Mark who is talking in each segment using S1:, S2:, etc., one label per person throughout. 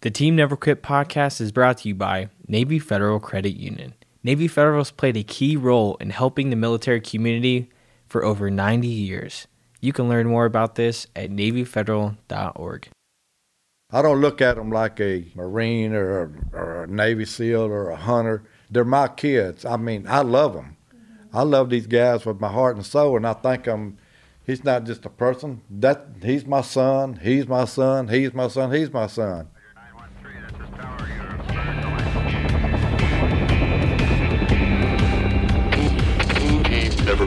S1: The Team Never Quit podcast is brought to you by Navy Federal Credit Union. Navy Federal has played a key role in helping the military community for over 90 years. You can learn more about this at NavyFederal.org.
S2: I don't look at them like a Marine or a, or a Navy SEAL or a hunter. They're my kids. I mean, I love them. I love these guys with my heart and soul, and I think I'm. He's not just a person. That he's my son. He's my son. He's my son. He's my son.
S3: Team never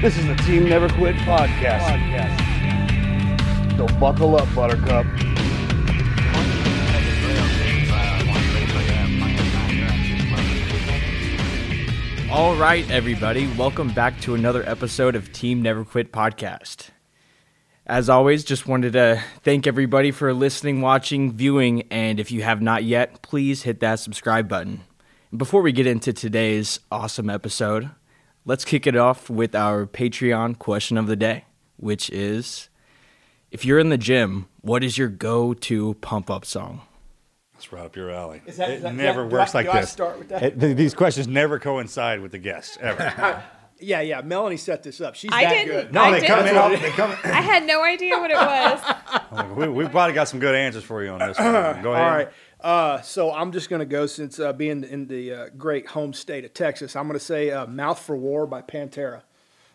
S4: This is the Team Never Quit podcast. So buckle up, Buttercup.
S1: All right, everybody, welcome back to another episode of Team Never Quit podcast. As always, just wanted to thank everybody for listening, watching, viewing, and if you have not yet, please hit that subscribe button. And Before we get into today's awesome episode, let's kick it off with our Patreon question of the day, which is if you're in the gym, what is your go to pump up song?
S5: It's right up your alley. it never works like this. It- th- these questions never coincide with the guest ever.
S6: Yeah, yeah. Melanie set this up. She's
S7: I
S6: that
S7: didn't.
S6: good.
S5: no,
S7: I
S5: they
S7: didn't.
S5: come in. off- They come.
S7: I had no idea what it was.
S5: we, we probably got some good answers for you on this. One. Go ahead.
S6: All right. Uh, so I'm just going to go since uh, being in the uh, great home state of Texas. I'm going to say uh, "Mouth for War" by Pantera.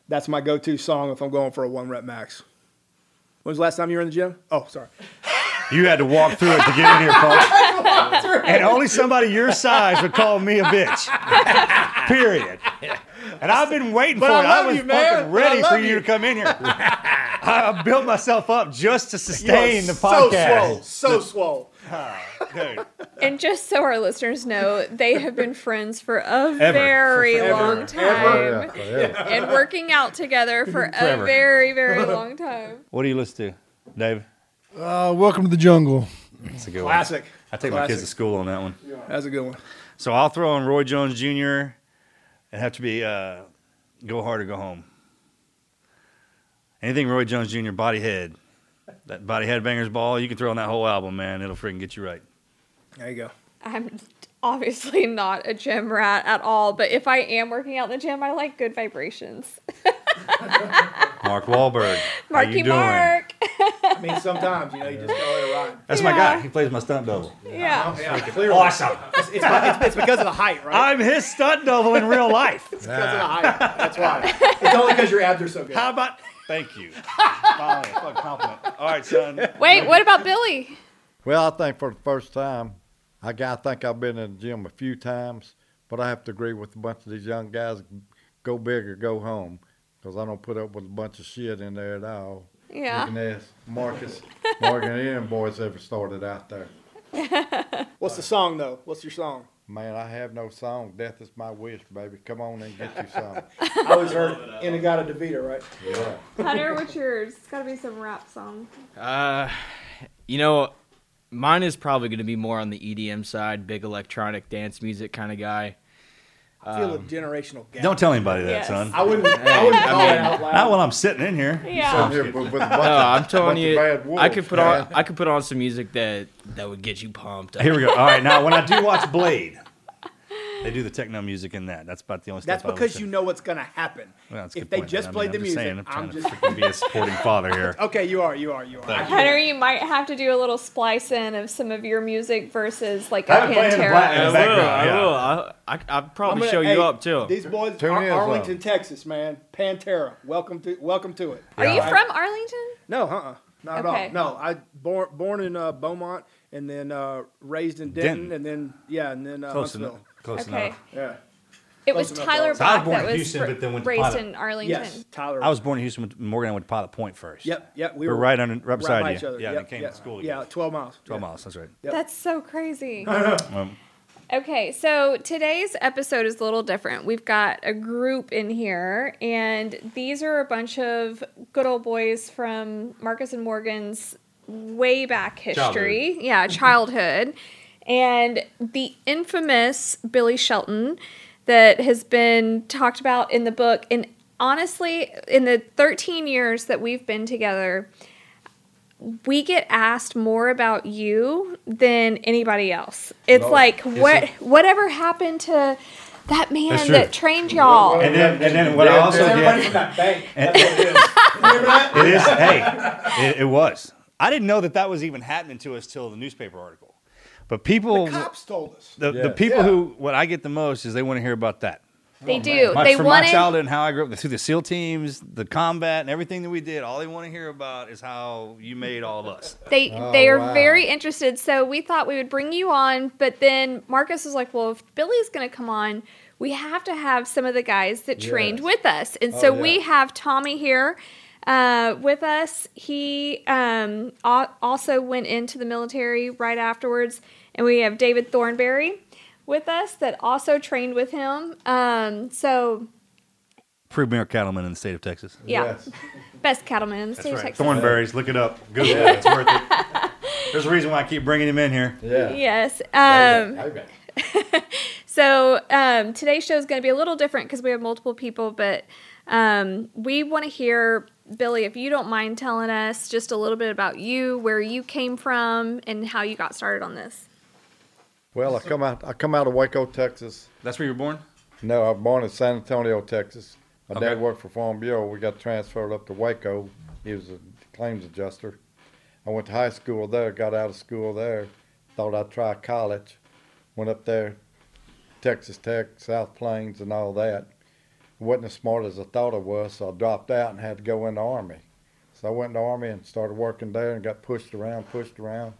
S6: That's my go-to song if I'm going for a one rep max. When was the last time you were in the gym? Oh, sorry.
S5: You had to walk through it to get in here, folks. and only somebody your size would call me a bitch. Period. And I've been waiting
S6: But
S5: for
S6: I
S5: it.
S6: love
S5: was
S6: you, man.
S5: fucking
S6: But I
S5: ready for
S6: love
S5: you.
S6: you.
S5: to come in here. I I built myself up just to sustain the
S6: So swole,
S5: podcast. Ah,
S6: so swole.
S5: Dude.
S7: and just so our listeners know, they have been friends for a
S5: Ever.
S7: very long time
S2: Yeah, yeah.
S7: and working out together for
S5: Forever.
S7: a very, very long time.
S5: What do you listen to, Dave?
S8: Uh, welcome to the jungle.
S5: That's a good one.
S6: Classic.
S5: I take my kids to school on that one.
S6: That's a good one.
S5: So I'll throw on Roy Jones Jr. It'd have to be uh, Go Hard or Go Home. Anything Roy Jones Jr. Body Head, that Body Head Bangers Ball, you can throw on that whole album, man. It'll freaking get you right.
S6: There you go.
S7: I'm obviously not a gym rat at all, but if I am working out in the gym, I like good vibrations.
S5: Mark Wahlberg, how
S7: Marky
S5: you doing?
S7: Mark.
S6: I mean, sometimes you know you just gotta let it ride.
S5: That's my
S7: Yeah.
S5: guy. He plays my stunt double.
S7: Yeah.
S6: Yeah, clearly.
S5: Awesome.
S6: It's, it's, it's, it's because of the height, right?
S5: I'm his stunt double in real life.
S6: It's because of the height. That's why. It's only because your abs are so good.
S5: How about? Thank you. Finally, a fucking compliment. All right, son.
S7: Wait, what about Billy?
S2: Well, I think for the first time, I, g- I think I've been in the gym a few times, but I have to agree with a bunch of these young guys: go big or go home, because I don't put up with a bunch of shit in there at all. You
S7: Yeah.
S2: can ask Marcus, Morgan, and them boys ever started out there.
S6: What's the song though? What's your song?
S2: Man, I have no song. Death is my wish, baby. Come on and get you some.
S6: I always heard Inagata DeVita, right?
S2: Yeah.
S7: Hunter, what's yours? It's got to be some rap song.
S1: Uh, You know, mine is probably going to be more on the EDM side, big electronic dance music kind of guy. Um,
S6: I feel a generational gap.
S5: Don't tell anybody that,
S7: Yes.
S5: son.
S6: I wouldn't. I wouldn't call it out loud.
S5: Not while I'm sitting in here.
S7: Yeah.
S2: Here with- with a bunch
S1: No,
S2: of-
S1: I'm telling
S2: bunch of
S1: you,
S2: bad wolves,
S1: I could put
S2: man.
S1: on I could put on some music that that would get you pumped. Up.
S5: Here we go. All right, now when I do watch Blade,
S9: They do the techno music in that. That's about the only
S6: That's
S9: stuff I
S6: because
S9: listen-
S6: you know what's going to happen.
S9: Well, that's a
S6: if
S9: good
S6: they
S9: point,
S6: just
S9: man. I mean, I'm
S6: played the
S9: just
S6: music,
S9: saying,
S6: I'm
S9: I'm trying
S6: just.
S9: to be a supporting father here.
S6: Okay, you are, you are, you are. I
S7: Hunter, you might have to do a little splice in of some of your music versus like a
S9: I've been playing the
S7: Pantera.
S9: Black-
S1: I will.
S9: Background,
S1: I
S9: yeah.
S1: will. I, I, I'll
S6: I'm
S1: probably
S6: gonna-
S1: show you
S6: hey,
S1: up too.
S6: These boys,
S2: Tune
S6: Ar-
S2: in, son.
S6: Arlington, Texas, man. Pantera, welcome to, welcome to it.
S7: Are you from Arlington?
S6: No, uh, uh not
S7: Okay.
S6: at all. No, I born born in uh, Beaumont and then uh, raised in Denton,
S9: Denton.
S6: and then yeah, and then uh,
S9: Close
S6: Huntsville.
S9: enough. Close
S7: Okay.
S9: enough.
S6: Yeah.
S7: It
S6: Close
S7: was
S6: enough,
S7: Tyler
S6: though.
S9: So I was
S7: Black
S9: born
S7: that
S9: in
S7: was
S9: Houston,
S7: fr-
S9: but then went to
S7: raised
S9: Pilot.
S7: in Arlington.
S6: Yes, Tyler.
S9: I was born in Houston. with Morgan and I went to Pilot Point first.
S6: Yep, yep. We
S9: We're
S6: were
S9: right under- right beside
S6: by
S9: you.
S6: Each other.
S9: Yeah,
S6: yep,
S9: we came to
S6: yep,
S9: school
S6: Yeah,
S9: together.
S6: twelve miles.
S9: 12
S6: yeah.
S9: miles. That's right.
S6: Yep.
S7: That's so crazy.
S9: Um,
S7: Okay, so today's episode is a little different. We've got a group in here, and these are a bunch of good old boys from Marcus and Morgan's way back history. Yeah, childhood. and the infamous Billy Shelton that has been talked about in the book. And honestly, in the 13 years that we've been together, we get asked more about you than anybody else. It's like what whatever happened to that man
S9: true.
S7: that trained
S10: Oh.
S7: y'all.
S9: And then, and then what I also
S6: Everybody
S9: did,
S6: from that bank.
S9: it is, hey, it, it was. I didn't know that that was even happening to us till the newspaper article. But people,
S6: The cops told us.
S9: the, the
S2: Yeah.
S9: people
S6: Yeah.
S9: who, what I get the most is they want to hear about that.
S7: they do.
S9: Oh My,
S7: they
S9: from
S7: wanted
S9: my childhood and how I grew up through the SEAL teams, the combat, and everything that we did, all they want to hear about is how you made all of us.
S7: they they are
S2: Oh, wow.
S7: very interested. So we thought we would bring you on, but then Marcus was like, "Well, if Billy's going to come on, we have to have some of the guys that trained
S2: Yes. Oh,
S7: with us." And so
S2: yeah.
S7: we have Tommy here uh, with us. He um, al- also went into the military right afterwards, and we have David Thornberry with us that also trained with him. Um, so
S9: Premier cattlemen in the state of Texas.
S7: yeah,
S2: Yes.
S7: best cattleman in the state of Texas.
S9: Thornberries, look it up. Google it. It's worth it. There's a reason why I keep bringing him in here.
S2: Yeah.
S7: Yes. Um,
S2: Payback.
S7: So um, today's show is going to be a little different because we have multiple people, but um, we want to hear Billy, if you don't mind telling us just a little bit about you, where you came from, and how you got started on this.
S2: Well, I come out. I come out of Waco, Texas.
S9: That's where you were born?
S2: No, I was born in San Antonio, Texas. My
S9: Okay.
S2: dad worked for Farm Bureau. We got transferred up to Waco. He was a claims adjuster. I went to high school there, got out of school there, thought I'd try college. Went up there, Texas Tech, South Plains, and all that. Wasn't as smart as I thought I was, so I dropped out and had to go in the Army. So I went in the Army and started working there and got pushed around, pushed around.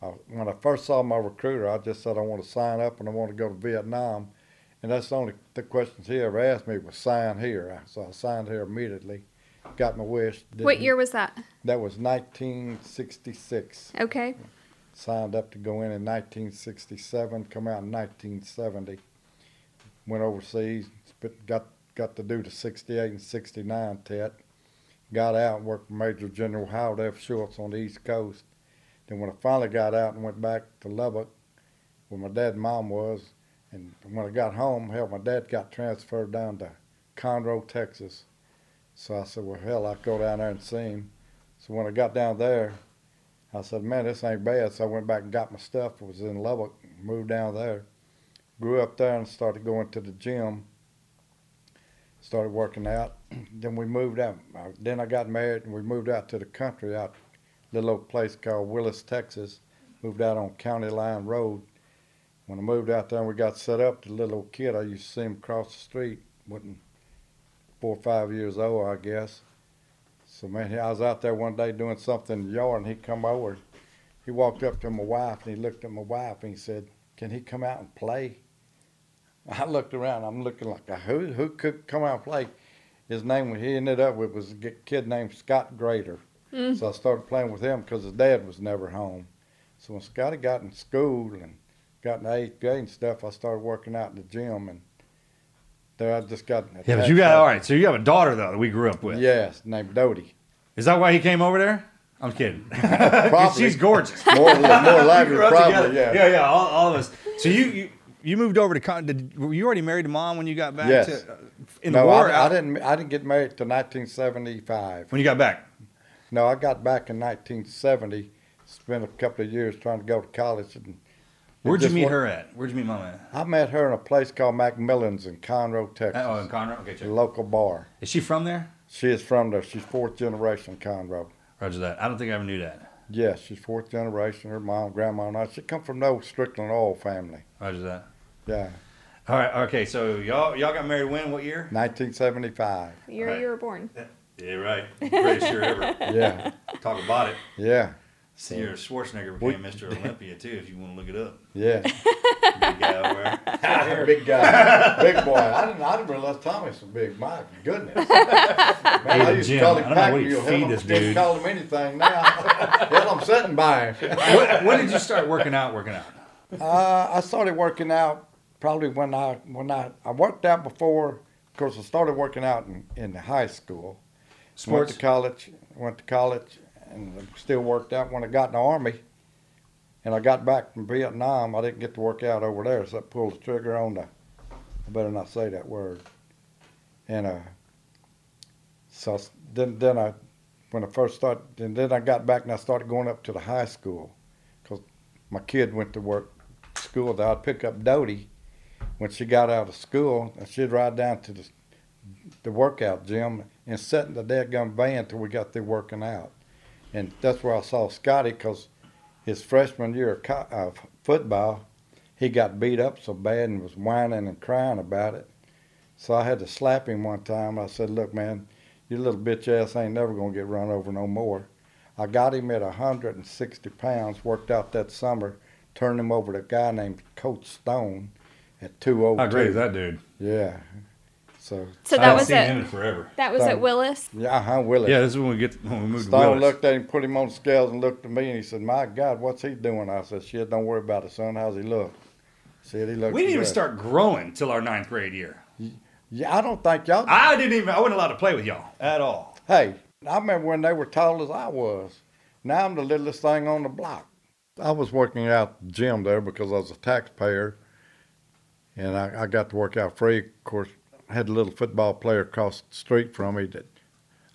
S2: I, Uh, when I first saw my recruiter, I just said I want to sign up and I want to go to Vietnam. And that's the only the questions he ever asked me was sign here. I- So I signed here immediately, got my wish. didn't-
S7: What year was that?
S2: That was 1966.
S7: Okay.
S2: Signed up to go in in 1967, come out in 1970. Went overseas, spent- got got to do the 68 and 69 tet. Got out and worked for Major General Howard F. Schultz on the East Coast. Then when I finally got out and went back to Lubbock, where my dad and mom was, and when I got home, hell, my dad got transferred down to Conroe, Texas. So I said, well, hell, I'll go down there and see him. So when I got down there, I said, man, this ain't bad. So I went back and got my stuff. was in Lubbock, moved down there. Grew up there and started going to the gym. Started working out. then we moved out. I- Then I got married and we moved out to the country, out little old place called Willis, Texas. Moved out on County Line Road. When I moved out there and we got set up, the little old kid, I used to see him across the street, wasn't four or five years old, I guess. So man, I was out there one day doing something in the yard, and he come over. He walked up to my wife, and he looked at my wife, and he said, "Can he come out and play?" I looked around. I'm looking like, "Who who could come out and play?" His name he ended up with was a g- kid named Scott Grader. So I started playing with him because his dad was never home. So when Scotty got in school and got in the eighth grade and stuff, I started working out in the gym, and there I just got.
S9: Yeah, but you got, all right, so you have a daughter, though, that we grew up with.
S2: Yes, named Dodie.
S9: Is that why he came over there? I'm kidding.
S2: Probably.
S9: She's gorgeous.
S2: more, more likely,
S9: Grew up
S2: probably,
S9: together.
S2: yeah.
S9: yeah, yeah, all, all of us. So you, you you moved over to con- did, were you already married to mom when you got back?
S2: Yes.
S9: To, uh, in
S2: no,
S9: the war,
S2: I, I didn't. I didn't get married till 1975.
S9: When you got back,
S2: No, I got back in 1970. Spent a couple of years trying to go to college, and
S5: Where'd you
S2: just
S5: meet
S2: wa-
S5: her at? Where'd you meet Mama at?
S2: I met her in a place called Macmillan's in Conroe, Texas.
S5: Oh, in Conroe? Okay,
S2: a
S5: check.
S2: local bar.
S5: Is she from there?
S2: She is from there. She's fourth generation Conroe.
S5: Roger that. I don't think I ever knew that.
S2: Yes, she's fourth generation. Her mom, grandma, and I. She come from no Strickland oil family.
S5: Roger that.
S2: Yeah,
S5: All right. Okay. So y'all y'all got married when? What year?
S2: 1975.
S7: The year
S5: Right.
S7: you were born.
S5: Yeah, right. Greatest year ever.
S2: Yeah,
S5: Talk about it.
S2: yeah,
S5: See, year Schwarzenegger
S2: We-
S5: became Mr. Olympia too. If you want to look it up.
S2: yeah.
S5: Big guy over there.
S2: big guy, big boy. I didn't, I didn't realize Tommy's a big. My goodness. Man, I
S5: the
S2: used to
S5: gym.
S2: call him
S5: I don't know what
S2: Pac
S5: you
S2: Mule.
S5: feed
S2: Hell,
S5: this
S2: I can't
S5: dude.
S2: call him anything now. Hell, I'm sitting by him.
S5: when, when did you start working out? Working out.
S2: Uh, I started working out probably when I when I I worked out before. Of course, I started working out in, in high school. Went
S5: Sports.
S2: to college. Went to college and still worked out when I got in the army. And I got back from Vietnam. I didn't get to work out over there, so I pulled the trigger on the. I better not say that word. And uh, so I s- then then I when I first started, and then I got back and I started going up to the high school because my kid went to work school that I'd pick up Dodie when she got out of school, and she'd ride down to the, the workout gym and sit in the dadgum van till we got through working out. And that's where I saw Scotty because his freshman year of, co- of football, he got beat up so bad and was whining and crying about it. So I had to slap him one time. I said, Look, man, your little bitch ass ain't never going to get run over no more. I got him at 160 pounds, worked out that summer, turned him over to a guy named Coach Stone at 202.
S5: that dude?
S2: Yeah. So,
S7: So
S5: I
S7: that
S5: haven't
S7: was
S5: seen him
S7: it.
S5: in forever.
S7: That was at
S2: Done.
S7: Willis.
S2: yeah, uh-huh, Willie.
S5: Yeah, this is when we get when we moved to
S2: Stone
S5: Willis.
S2: looked at him, put him on the scales, and looked at me, and he said, "My God, what's he doing?" I said, "Shit, don't worry about it, son. How's he look?" Said he looked.
S5: we didn't even
S2: good."
S5: start growing till our ninth grade year.
S2: Yeah, I don't think y'all.
S5: I didn't even. I wasn't allowed to play with y'all at all.
S2: hey, I remember when they were tall as I was. Now I'm the littlest thing on the block. I was working out the gym there because I was a taxpayer, and I, I got to work out free. Of course, I had a little football player across the street from me that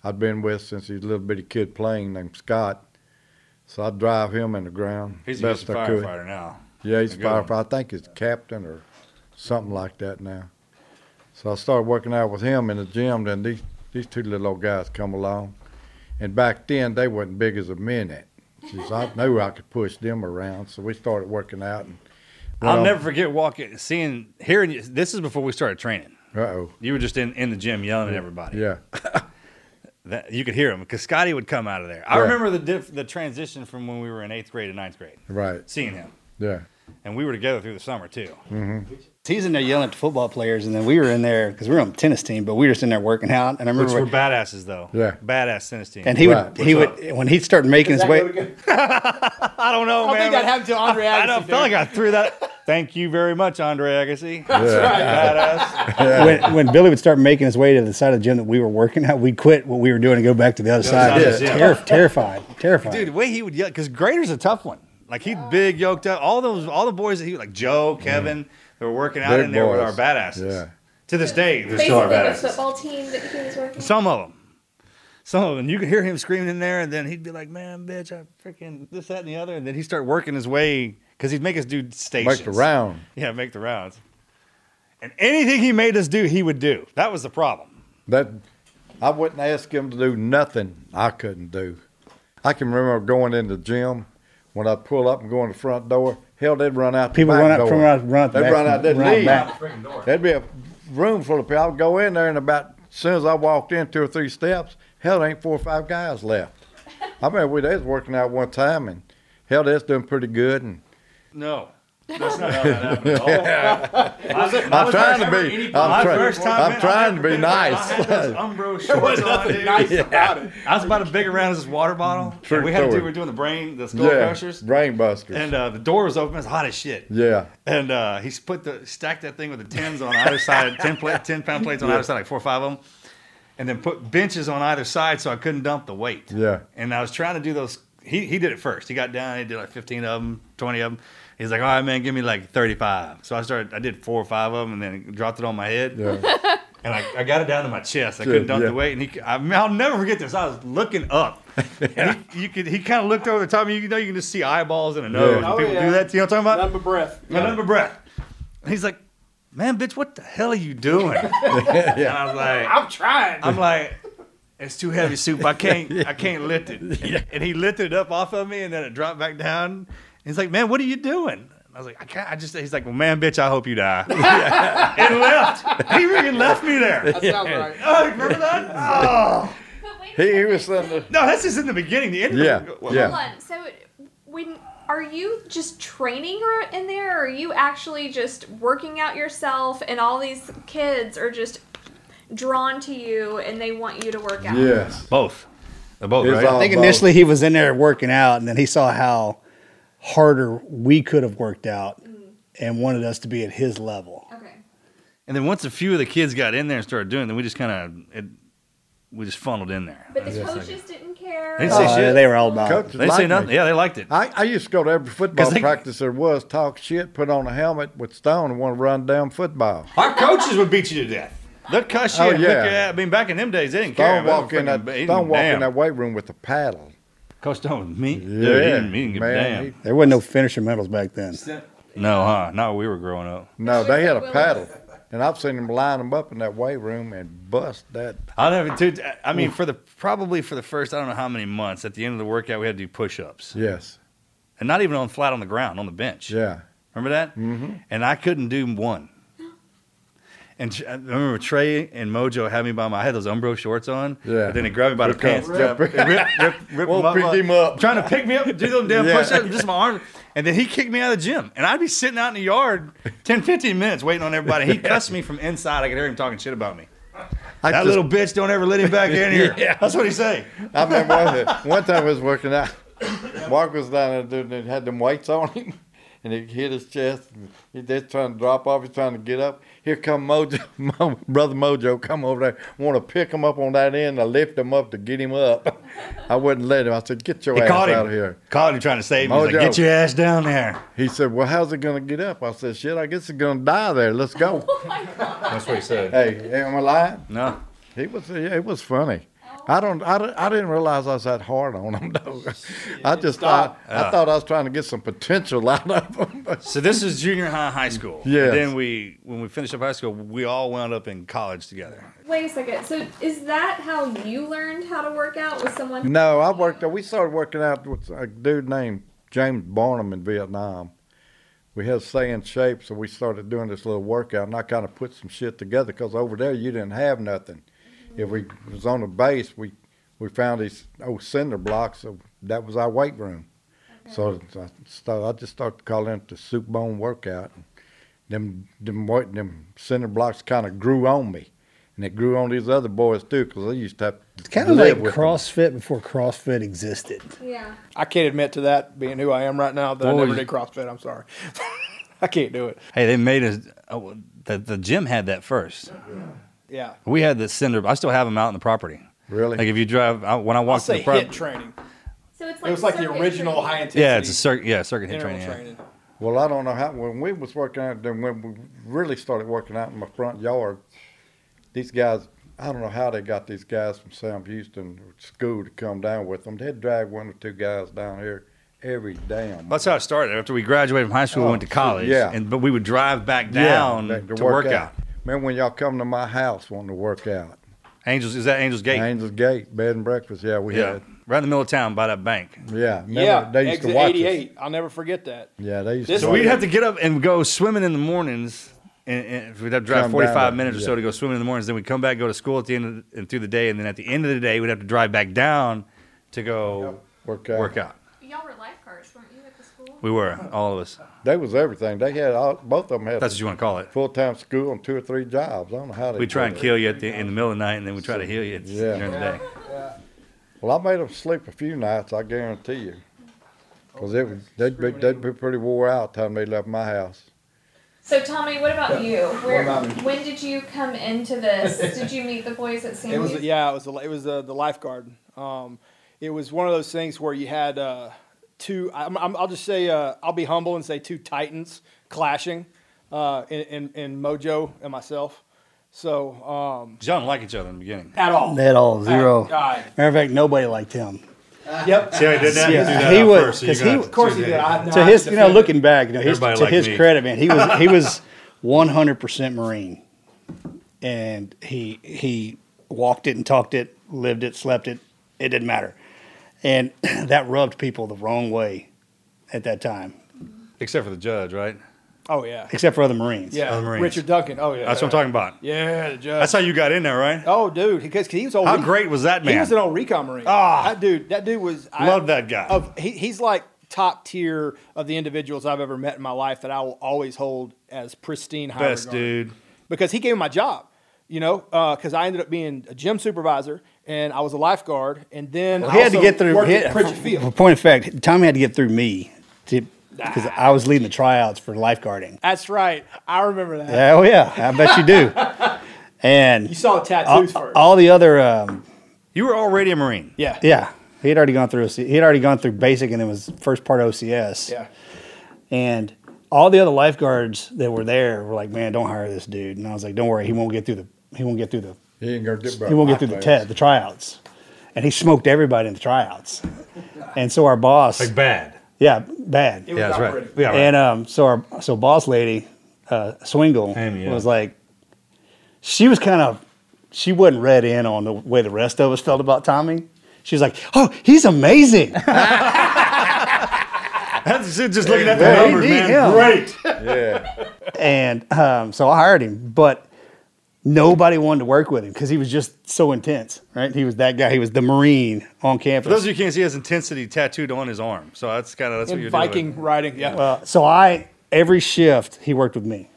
S2: I'd been with since he was a little bitty kid playing named Scott. So I'd drive him in the ground.
S5: He's a
S2: best
S5: good
S2: I could.
S5: firefighter now.
S2: Yeah, he's
S5: A
S2: a
S5: good one.
S2: firefighter. I think he's captain or something like that now. So I started working out with him in the gym. Then these these two little old guys come along, and back then they wasn't big as a minute. Jeez, I knew I could push them around, so we started working out. And
S5: I'll
S2: Well-
S5: never forget walking, seeing, hearing you. This is before we started training.
S2: uh oh,
S5: You were just in, in the gym yelling at everybody.
S2: yeah,
S5: That, you could hear him because Scotty would come out of there. I
S2: Yeah.
S5: remember the diff, the transition from when we were in eighth grade to ninth grade,
S2: right,
S5: seeing him.
S2: yeah,
S5: And we were together through the summer too.
S9: Mm-hmm.
S10: He's in there yelling at the football players, and then we were in there because we were on the tennis team, but we were just in there working out. And I
S5: Which
S10: remember,
S5: were badasses though.
S2: Yeah.
S5: Badass tennis team.
S10: and he
S2: Right.
S10: would, he would, when he started making his way,
S5: I don't know, man. but-
S10: to Andre
S5: I don't feel like I threw that. Thank you very much, Andre Agassi. Badass.
S10: when, when Billy would start making his way to the side of the gym that we were working at, we'd quit what we were doing and go back to the other side.
S5: side of
S10: Just
S5: the gym.
S10: terri- terrified, terrified.
S5: Dude, the way he would yell, because Grader's a tough one. Like he'd big yoked up. All those, all the boys that he like Joe, Kevin, they were working out
S2: Mm. Big
S5: in there with our
S2: boys.
S5: badasses.
S2: Yeah.
S5: To this day, they're still our
S7: Basically, the
S5: badasses.
S7: football team that he was working.
S5: Some of them. Some of them. You could hear him screaming in there, and then he'd be like, man, bitch, I freaking this, that, and the other. And then he'd start working his way, because he'd make us do stations.
S2: make the round.
S5: Yeah, make the rounds. And anything he made us do, he would do. That was the problem.
S2: That I wouldn't ask him to do nothing I couldn't do. I can remember going in the gym when I'd pull up and go in the front door. Hell, they'd run out. The
S10: People
S2: back
S10: run out-
S2: door.
S10: from out- run out the
S2: They'd
S10: back-
S2: run out. They'd
S10: run out
S2: leave.
S10: back.
S2: There'd be a room full of people. I'd go in there, and about as soon as I walked in, two or three steps, hell, there ain't four or five guys left. I remember we they was working out one time, and hell, they was doing pretty good, and
S5: No. That's not how that happened at all.
S2: I'm trying to be. I'm, try- I'm trying to be nice.
S5: There was nothing nice about it. I was about as big around as this water bottle. and
S2: True
S5: we had to do,
S2: story.
S5: we were doing the brain, the skull
S2: yeah,
S5: crushers.
S2: brain busters.
S5: And uh, the door was open. It was hot as shit.
S2: yeah,
S5: And uh, he's put the stacked that thing with the tens on either side, ten pla- ten pound plates on either side, like four or five of them, and then put benches on either side so I couldn't dump the weight.
S2: Yeah.
S5: And I was trying to do those. He he did it first. He got down. He did like fifteen of them, twenty of them. He's like, all right, man, give me like thirty five. So I started. I did four or five of them, and then dropped it on my head.
S2: yeah.
S5: and I, I got it down to my chest. I
S2: Good,
S5: couldn't dunk
S2: yeah.
S5: the weight, and he, I, will never forget this. I was looking up, and he, you could, he kind of looked over the top. You know, you can just see eyeballs and a nose.
S6: Yeah.
S5: and
S6: Oh,
S5: people
S6: yeah.
S5: do that. You know what I'm talking about?
S6: None but breath.
S5: None but breath. And he's like, "Man, bitch, what the hell are you doing?" And I was like,
S6: I'm trying.
S5: I'm like, it's too heavy soup. I can't I can't lift it. And he lifted it up off of me and then it dropped back down. And he's like, Man, what are you doing? And I was like, I can't I just he's like, Well man, bitch, I hope you die. and left. He really left me there.
S2: That sounds right.
S5: Oh, remember that? Oh.
S2: He, he was in the.
S5: No, that's just in the beginning. The end
S2: Yeah,
S5: Well,
S2: yeah.
S7: Hold on. So when are you just training her in there, or are you actually just working out yourself? And all these kids are just drawn to you, and they want you to work out.
S5: Both. They're both,
S10: I
S5: right?
S10: think initially he was in there working out, and then he saw how harder we could have worked out,
S7: Mm.
S10: and wanted us to be at his level.
S5: And then once a few of the kids got in there and started doing it, then we just kind of we just funneled in there.
S7: But the
S5: It's like-
S7: coaches didn't care.
S5: They didn't say
S2: Oh,
S5: shit.
S2: they were all about it. Coaches
S5: They didn't say
S2: liked me.
S5: nothing. Yeah, they liked it.
S2: I, I used to go to every football
S5: 'Cause they-
S2: practice there was, talk shit, put on a helmet with Stone, and want to run down football.
S5: Our coaches would beat you to death. They'd cuss you
S2: Oh,
S5: and hook
S2: yeah.
S5: your ass. I mean, back in them days, they didn't care.
S2: Stone
S5: They
S2: walk
S5: were
S2: in that
S5: freaking- he
S2: Stone
S5: didn't
S2: walk
S5: damn.
S2: in that weight room with a paddle.
S5: Coach Stone, me? Yeah,
S2: Yeah,
S5: he didn't, he didn't give a
S2: man,
S5: damn.
S2: he-
S10: There wasn't no finisher medals back then.
S5: No, huh? No, we were growing up.
S2: No, they had a
S7: Willis.
S2: paddle, and I've seen them line them up in that weight room and bust that.
S5: I never, dude. I- I mean, for the probably for the first I don't know how many months. At the end of the workout, we had to do push-ups,
S2: Yes.
S5: and not even on flat on the ground, on the bench.
S2: Yeah.
S5: Remember that? Mm-hmm. And I couldn't do one. And Tr- I remember Trey and Mojo had me by my. I had those Umbro shorts on.
S2: Yeah.
S5: But then they grabbed me by the
S2: Rip 'em.
S5: pants,
S2: Rip.
S5: rip, rip, rip, rip
S2: Won't
S5: them
S2: pick
S5: up,
S2: him up.
S5: trying to pick me up, and do them damn
S2: Yeah.
S5: push-ups, just my arm. And then he kicked me out of the gym, and I'd be sitting out in the yard 10, 15 minutes waiting on everybody. He cussed me from inside. I could hear him talking shit about me.
S2: I
S5: that
S2: just-
S5: little bitch, don't ever let him back in here. That's what he say.
S2: I remember one, one time I was working out. Mark was down there and had them weights on him, and he hit his chest. And he just trying to drop off. He's trying to get up. Here come Mojo, Mo- brother Mojo, come over there. Want to pick him up on that end? I lift him up to get him up. I wouldn't let him. I said, "Get your
S5: He
S2: ass
S5: caught him.
S2: out of here."
S5: Caught him trying to save me. He's like,
S2: Mojo.
S5: get your ass down there.
S2: He said, "Well, how's it gonna get up?" I said, "Shit, I guess it's gonna die there. Let's go."
S5: That's what he said.
S2: hey, am I lying?
S5: No.
S2: It was yeah, it was funny. I don't I, don't- I didn't realize I was that hard on them though. I just thought I,
S5: Uh.
S2: thought I was trying to get some potential out of them.
S5: So this is junior high, high school.
S2: Yes.
S5: And Then we, when we finished up high school, we all wound up in college together.
S7: Wait a second. So is that how you learned how to work out with someone?
S2: No, I worked. We started working out with a dude named James Barnum in Vietnam. We had stay in shape, so we started doing this little workout, and I kind of put some shit together because over there you didn't have nothing. If we was on the base, we we found these old cinder blocks, so that was our weight room. So I, started, I just started calling it the soup bone workout. Them them wa- them cinder blocks kind of grew on me, and it grew on these other boys too because they used to have
S10: It's kind of
S2: live
S10: like
S2: with them.
S10: CrossFit before CrossFit existed.
S7: Yeah.
S6: I can't admit to that being who I am right now that I
S5: What
S6: never
S5: was-
S6: did CrossFit. I'm sorry. I can't do it.
S5: Hey, they made us. Oh, the, the gym had that first.
S6: Yeah.
S5: We had the cinder. I still have them out on the property.
S2: Really?
S5: Like if you drive, I, when I
S6: I'll
S5: walked to
S6: say
S5: the pro-
S6: hit training.
S7: So it's
S6: It
S7: like
S6: was like the
S7: circuit
S6: original
S7: training.
S6: high intensity.
S5: yeah, it's a circuit. Yeah, circuit hit
S6: interval
S5: training. yeah.
S6: training.
S2: Well, I don't know how. When we was working out, then when we really started working out in my front yard, these guys. I don't know how they got these guys from Sam Houston school to come down with them. They'd drag one or two guys down here every damn.
S5: That's how it started. After we graduated from high school,
S2: Oh,
S5: we went to college.
S2: yeah.
S5: And but we would drive back down
S2: Yeah,
S5: to work, out.
S2: Remember when y'all come to my house wanting to work out?
S5: Angels is that Angels Gate?
S2: Angels Gate bed and breakfast. Yeah, we
S5: yeah.
S2: had.
S5: Right in the middle of town by that bank.
S2: Yeah, remember,
S6: yeah.
S2: They used
S6: exit
S2: to watch us.
S6: 88. I'll never forget that.
S2: Yeah, they used
S6: This
S2: to.
S5: So
S2: watch
S5: we'd
S2: us.
S5: have to get up and go swimming in the mornings. And, and we'd have to drive
S2: Come down
S5: 45
S2: to-
S5: minutes or so
S2: yeah.
S5: to go swimming in the mornings. Then we'd come back, go to school at the end of, and through the day. And then at the end of the day, we'd have to drive back down to go
S2: work out.
S5: work out.
S7: Y'all were lifeguards, weren't you, at the school?
S5: We were, all of us.
S2: They was everything. They had all, both of them had
S5: That's what you want to call it.
S2: full time school and two or three jobs. I don't know how they.
S5: We try
S2: did
S5: and
S2: it.
S5: kill you at the, in the middle of the night, and then we try to heal you at,
S2: Yeah.
S5: during the day.
S2: Well, I made them sleep a few nights, I guarantee you. Because it was, they'd, be, they'd be pretty wore out time they left my house.
S7: So Tommy, what about you? Where,
S6: about me?
S7: when did you come into this? did you meet the boys at San
S6: It was
S7: Diego?
S6: yeah, it was the, it was uh, the, the lifeguard. Um, it was one of those things where you had uh, two. I'm, I'm, I'll just say uh, I'll be humble and say two titans clashing uh, in, in, in Mojo and myself. So, um,
S5: John like each other in the beginning.
S6: At all.
S10: At all,
S7: Oh,
S10: zero.
S6: All right.
S10: Matter of fact, nobody liked him.
S6: Yep.
S5: See how he did that?
S10: Yeah.
S5: He threw that
S10: He
S5: out
S10: was-
S5: first, so
S10: 'cause
S5: you're
S10: he-
S5: gonna
S10: of course
S5: have to
S6: he did. I-
S5: choose
S6: no,
S5: it.
S10: to his, you know, looking back, you know, his,
S5: Everybody
S10: to
S5: like
S10: his
S5: me.
S10: credit, man, he was he was 100 percent Marine, and he he walked it and talked it, lived it, slept it. It didn't matter, and that rubbed people the wrong way at that time,
S5: Except for the judge, right?
S6: Oh yeah.
S10: except for other Marines.
S6: Yeah.
S5: Other Marines.
S6: Richard Duncan. Oh yeah.
S5: That's what I'm talking about.
S6: Yeah, the judge.
S5: That's how you got in there, right?
S6: Oh, dude, because he was old.
S5: How great was that
S6: He
S5: man?
S6: was an old recon marine. Ah, that dude. That dude was.
S5: Love that guy.
S6: Of he, he's like top tier of the individuals I've ever met in my life that I will always hold as pristine. High
S5: Best
S6: regard.
S5: dude.
S6: Because he gave me my job. You know, because I ended up being a gym supervisor and I was a lifeguard, and then
S10: Well,
S6: I
S10: he had to
S6: also
S10: get through.
S6: worked
S10: He,
S6: at Pritchett Field.
S10: for point of fact, Tommy had to get through me because I was leading the tryouts for lifeguarding.
S6: That's right. I remember that.
S10: Yeah, oh yeah, I bet you do. And
S6: You saw tattoos
S10: all,
S6: first.
S10: all the other, um,
S5: You were already a Marine.
S6: Yeah.
S10: yeah, he had already gone through. OC He had already gone through basic, and it was first part OCS.
S6: Yeah.
S10: And all the other lifeguards that were there were like, "Man, don't hire this dude." And I was like, "Don't worry, he won't get through the he won't get through the
S2: He ain't gonna get
S10: he won't get through the test, the tryouts." And he smoked everybody in the tryouts. And so our boss,
S5: Like bad.
S10: yeah, bad.
S5: Yeah, that's right. Yeah, right.
S10: And um, so our so boss lady, uh, Swingle,
S5: Amy, yeah.
S10: was like, she was kind of, she wasn't read in on the way the rest of us felt about Tommy. She was like, oh, he's amazing.
S5: That's it, just looking at the
S10: Yeah, he
S5: numbers,
S10: did,
S5: man.
S10: yeah.
S5: Great.
S2: Yeah.
S10: and um, so I hired him, but nobody wanted to work with him because he was just so intense, right? He was that guy. He was the Marine on
S5: For
S10: campus.
S5: those of you who can't see, he has intensity tattooed on his arm. So that's kind of that's what
S6: In
S5: you're
S6: Viking
S5: doing.
S6: riding. Yeah.
S10: Well, so I every shift he worked with me,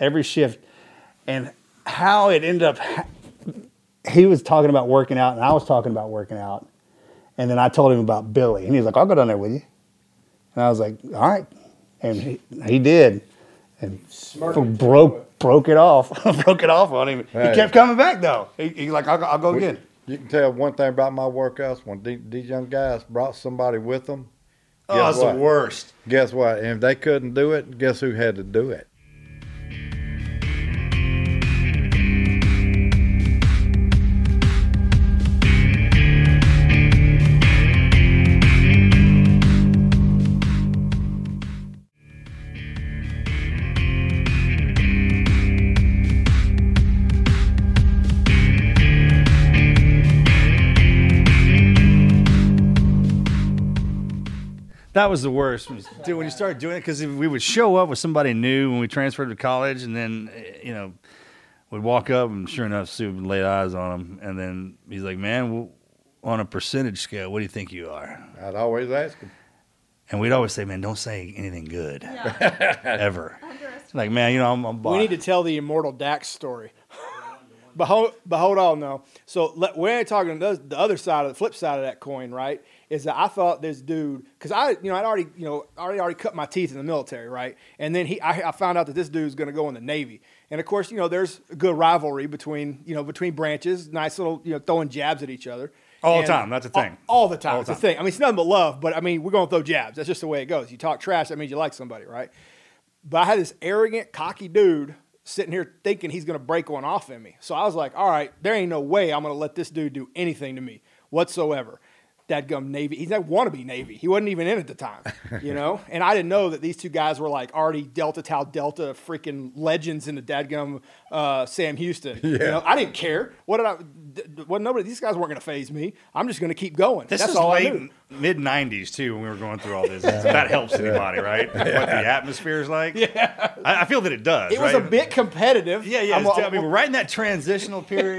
S10: every shift, and how it ended up. He was talking about working out, and I was talking about working out, and then I told him about Billy, and he was like, "I'll go down there with you," and I was like, "All right," and he, he did, and broke broke it off, broke it off on him.
S2: Hey.
S10: He kept coming back though. He, he's like, "I'll, go- I'll go
S2: We-
S10: again."
S2: You can tell one thing about my workouts when the- these young guys brought somebody with them.
S5: Oh, that's the worst.
S2: Guess what? And if they couldn't do it, guess who had to do it?
S5: That was the worst, was- dude. When you started doing it, because we would show up with somebody new when we transferred to college, and then eh, you know we'd walk up, and sure enough, Sue would laid eyes on him, and then he's like, "Man, w on a percentage scale, what do you think you are?"
S2: I'd always ask them.
S5: And we'd always say, "Man, don't say anything good ever." Like, man, you know, I'm, I'm
S6: We
S5: bi-
S6: need to tell the immortal Dax story. but hold, but hold on now. So let, we're talking the, the other side of the flip side of that coin, right? Is that I thought this dude because I you know I'd already you know already already cut my teeth in the military, right? And then he I, I found out that this dude's going to go in the Navy, and of course you know there's good rivalry between you know between branches, nice little you know throwing jabs at each other.
S5: all
S6: And-
S5: the time. That's a thing.
S6: all, all the time.
S5: All
S6: it's
S5: the
S6: a thing. I mean, it's nothing but love, but I mean, we're going to throw jabs. That's just the way it goes. You talk trash, that means you like somebody, right? But I had this arrogant, cocky dude sitting here thinking he's going to break one off in me. So I was like, all right, there ain't no way I'm going to let this dude do anything to me whatsoever. That gum Navy, he's not wannabe Navy. He wasn't even in at the time, you know? and I didn't know that these two guys were like already Delta Tau Delta freaking legends in the dadgum uh, Sam Houston. You
S2: Yeah.
S6: know, I didn't care. What did I? d- d- Well, nobody. These guys weren't going to phase me. I'm just going to keep going.
S5: This
S6: That's
S5: is
S6: all I
S5: late
S6: knew.
S5: mid '90s too, when we were going through all this. If that helps anybody, right? What the atmosphere is like. Yeah, I, I feel that it does.
S6: It was a
S5: right?
S6: bit competitive.
S5: Yeah, yeah.
S6: I'm-
S5: it's- I
S6: I'm-
S5: mean, we're right in that transitional period.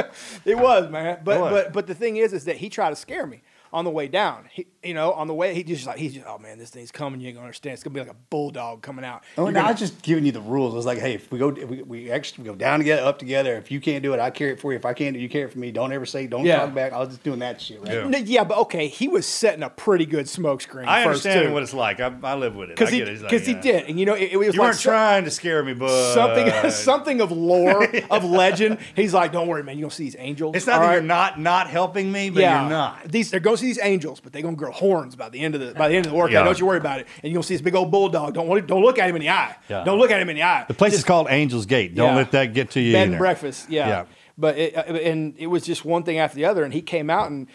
S6: It was, man. But
S5: It was.
S6: but but the thing is, is that he tried to scare me on the way down. He, you know, on the way, he just like he's just, oh man, this thing's coming. You ain't gonna understand. It's gonna be like a bulldog coming out.
S10: Oh,
S6: You're
S10: no, I
S6: gonna-
S10: was just giving you the rules. I was like, hey, if we go, if we, we actually go down together, up together. If you can't do it, I carry it for you. If I can't do it, you carry it for me. Don't ever say, don't
S6: Yeah.
S10: talk back. I was just doing that shit, right?
S5: Yeah.
S6: No, yeah, but okay, he was setting a pretty good smoke screen.
S5: I
S6: first,
S5: understand
S6: too.
S5: what it's like. I, I live with it.
S6: because
S5: Because
S6: he
S5: it. It's like,
S6: because he
S5: yeah.
S6: did, and you know, it, it was
S5: You
S6: like
S5: weren't
S6: so-
S5: trying to scare me, but
S6: something something of lore of legend. He's like, don't worry, man, you gonna see these angels.
S5: It's not
S6: all
S5: that
S6: right?"
S5: you're not not helping me, but you're not.
S6: These there goes see these angels, but they're gonna grow horns by the end of the by the end of the workout.
S5: Yeah.
S6: Don't you worry about it. And you're gonna see this big old bulldog. Don't want- don't look at him in the eye.
S5: Yeah.
S6: Don't look at him in the eye.
S5: The place is called Angel's Gate. Don't
S6: Yeah.
S5: let that get to you.
S6: bed
S5: either.
S6: and breakfast. Yeah.
S5: Yeah.
S6: But it, uh, and it was just one thing after the other, and he came out and.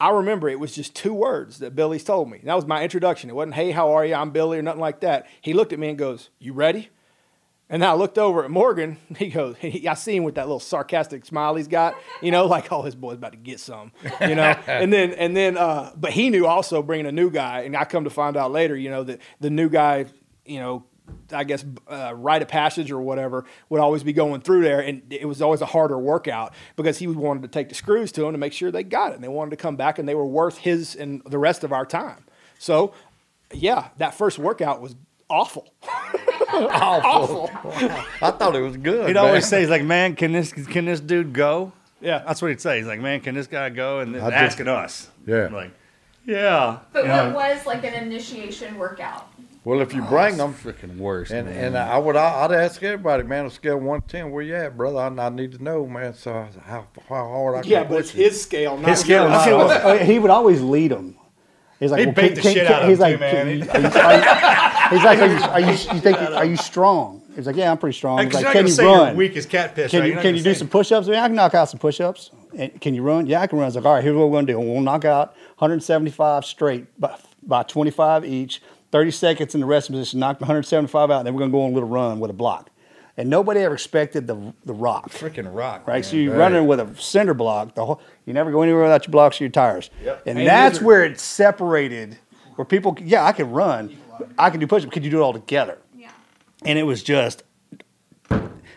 S6: I remember it was just two words that Billy's told me. That was my introduction. It wasn't, hey, how are you? I'm Billy or nothing like that. He looked at me and goes, You ready? And I looked over at Morgan. He goes, he, I see him with that little sarcastic smile he's got, you know, like, oh, his boy's about to get some, you know. and then, and then, uh, but he knew also bringing a new guy, and I come to find out later, you know, that the new guy, you know, I guess uh, rite of passage or whatever would always be going through there, and it was always a harder workout because he wanted to take the screws to him to make sure they got it, and they wanted to come back and they were worth his and the rest of our time. So, yeah, that first workout was awful.
S5: Awful.
S2: I thought it was good.
S5: He'd
S2: man.
S5: always say, "He's like, man, can this can this dude go?"
S6: Yeah,
S5: that's what he'd say. He's like, "Man, can this guy go?" And then
S2: I just-
S5: asking us.
S2: Yeah.
S5: I'm like, yeah.
S7: But
S5: You know,
S7: what was like an initiation workout?
S2: Well, if you bring them,
S5: freaking worse.
S2: and
S5: man.
S2: and I would I, I'd ask everybody, man, on a scale of one to ten, where you at, brother? I, I need to know, man. So I- how, how hard I can
S6: Yeah, but it's
S2: push you.
S6: his scale, not Oh,
S10: I
S6: yours.
S10: said, well, uh, he would always lead them. He's like, well,
S5: He'd beat
S10: can-
S5: the
S10: can-
S5: shit
S10: can-
S5: out of
S10: he's
S5: him,
S10: like,
S5: too, man.
S10: can you- are you- are you- He's like, are you, are you, you think, are you strong? He's like, yeah, I'm pretty strong.
S5: Hey,
S10: He's
S5: 'cause
S10: like,
S5: you're
S10: can
S5: not gonna
S10: you
S5: say you're
S10: run?
S5: weak as cat piss,
S10: Can
S5: right?
S10: you,
S5: You're not
S10: can
S5: gonna
S10: you do
S5: say-
S10: some push-ups? Yeah, I can knock out some push-ups. And can you run? Yeah, I can run. It's like, all right, here's what we're gonna do. We'll knock out 175 straight by, by 25 each, 30 seconds in the rest position, knock the 175 out, and then we're gonna go on a little run with a block. And nobody ever expected the the rock.
S5: freaking rock.
S10: Right, so you're
S5: Right.
S10: running with a cinder block. The whole you never go anywhere without your blocks or your tires.
S5: Yep.
S10: And
S5: Hey,
S10: that's
S5: Lizard.
S10: where it's separated, where people, yeah, I can run, I can do push ups. Could you do it all together? Yeah. And it was just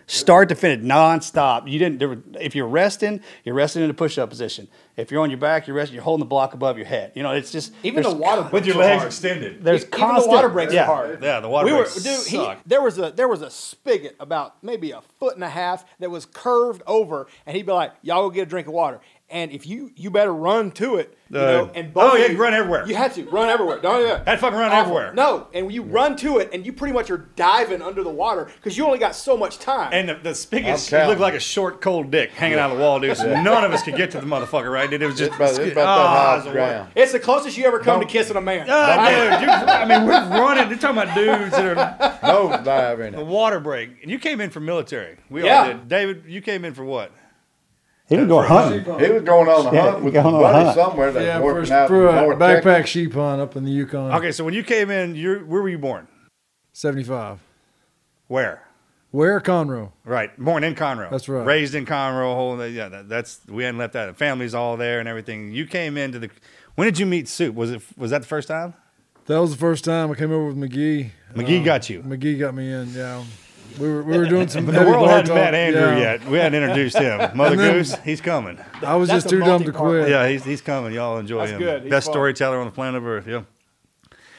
S10: start to finish nonstop. You didn't. There were, if you're resting, you're resting in a push up position. If you're on your back, you're resting. You're holding the block above your head. You know, it's just
S6: Even the
S10: there's-
S6: water
S5: With
S6: breaks
S5: your
S6: are
S5: legs
S6: hard.
S5: extended.
S10: There's
S6: Even
S10: constant-
S6: the water breaks
S10: yeah.
S6: are hard.
S5: Yeah, the water
S6: we
S5: breaks
S6: Were, dude, he-
S5: suck.
S6: there was a there was a spigot about maybe a foot and a half that was curved over, and he'd be like, "Y'all go get a drink of water." And if you you better run to it, you know,
S5: Dude.
S6: and both
S5: Oh,
S6: of
S5: yeah, you run everywhere.
S6: You had to run everywhere. Don't you?
S5: Had to fucking run everywhere.
S6: No, and you run to it, and you pretty much are diving under the water because you only got so much time.
S5: And the, the
S2: I'm
S5: spigot
S2: telling
S5: looked like a short, cold dick hanging out of the wall, dude. So
S2: Yeah.
S5: none of us could get to the motherfucker, right? Dude, it was just
S2: about- it's about that
S5: Ah,
S2: high
S5: it was a
S2: ground.
S5: wa-
S6: it's the closest you ever come to kissing a man.
S5: Ah, dude, you, I mean, we're running. You're talking about dudes that are
S2: No dive in
S5: A
S2: it.
S5: water break. And you came in for military. We all
S6: Yeah.
S5: did. David, you came in for what?
S10: He was going hunting.
S2: He was going on a
S10: Yeah,
S2: hunt with
S10: going
S2: his
S10: on a
S2: buddy
S10: hunt.
S2: somewhere that's
S8: Yeah,
S2: working
S8: for,
S2: out
S8: for
S2: in
S8: a
S2: North
S8: backpack
S2: Texas.
S8: sheep hunt up in the Yukon.
S5: Okay, so when you came in, you're where were you born?
S8: 75.
S5: Where?
S8: Where Conroe?
S5: Right, born in Conroe.
S8: That's right.
S5: Raised in Conroe. Whole yeah, that, that's we hadn't left that. The family's all there and everything. You came into the. When did you meet Soup? Was it was that the first time?
S8: That was the first time I came over with McGee. Uh,
S5: McGee got you.
S8: McGee got me in. Yeah, we were we were doing some.
S5: The
S8: heavy
S5: world
S8: bar
S5: hadn't
S8: talk,
S5: met Andrew
S8: yeah.
S5: yet. We hadn't introduced him. Mother
S8: And then-
S5: Goose, he's coming.
S8: I was
S6: That's
S8: just
S6: a
S8: too dumb to
S6: multi-part.
S8: quit.
S5: Yeah, he's he's coming. Y'all enjoy
S6: That's
S5: him.
S6: good. He's
S5: Best
S6: fun.
S5: storyteller on the planet Earth. Yeah.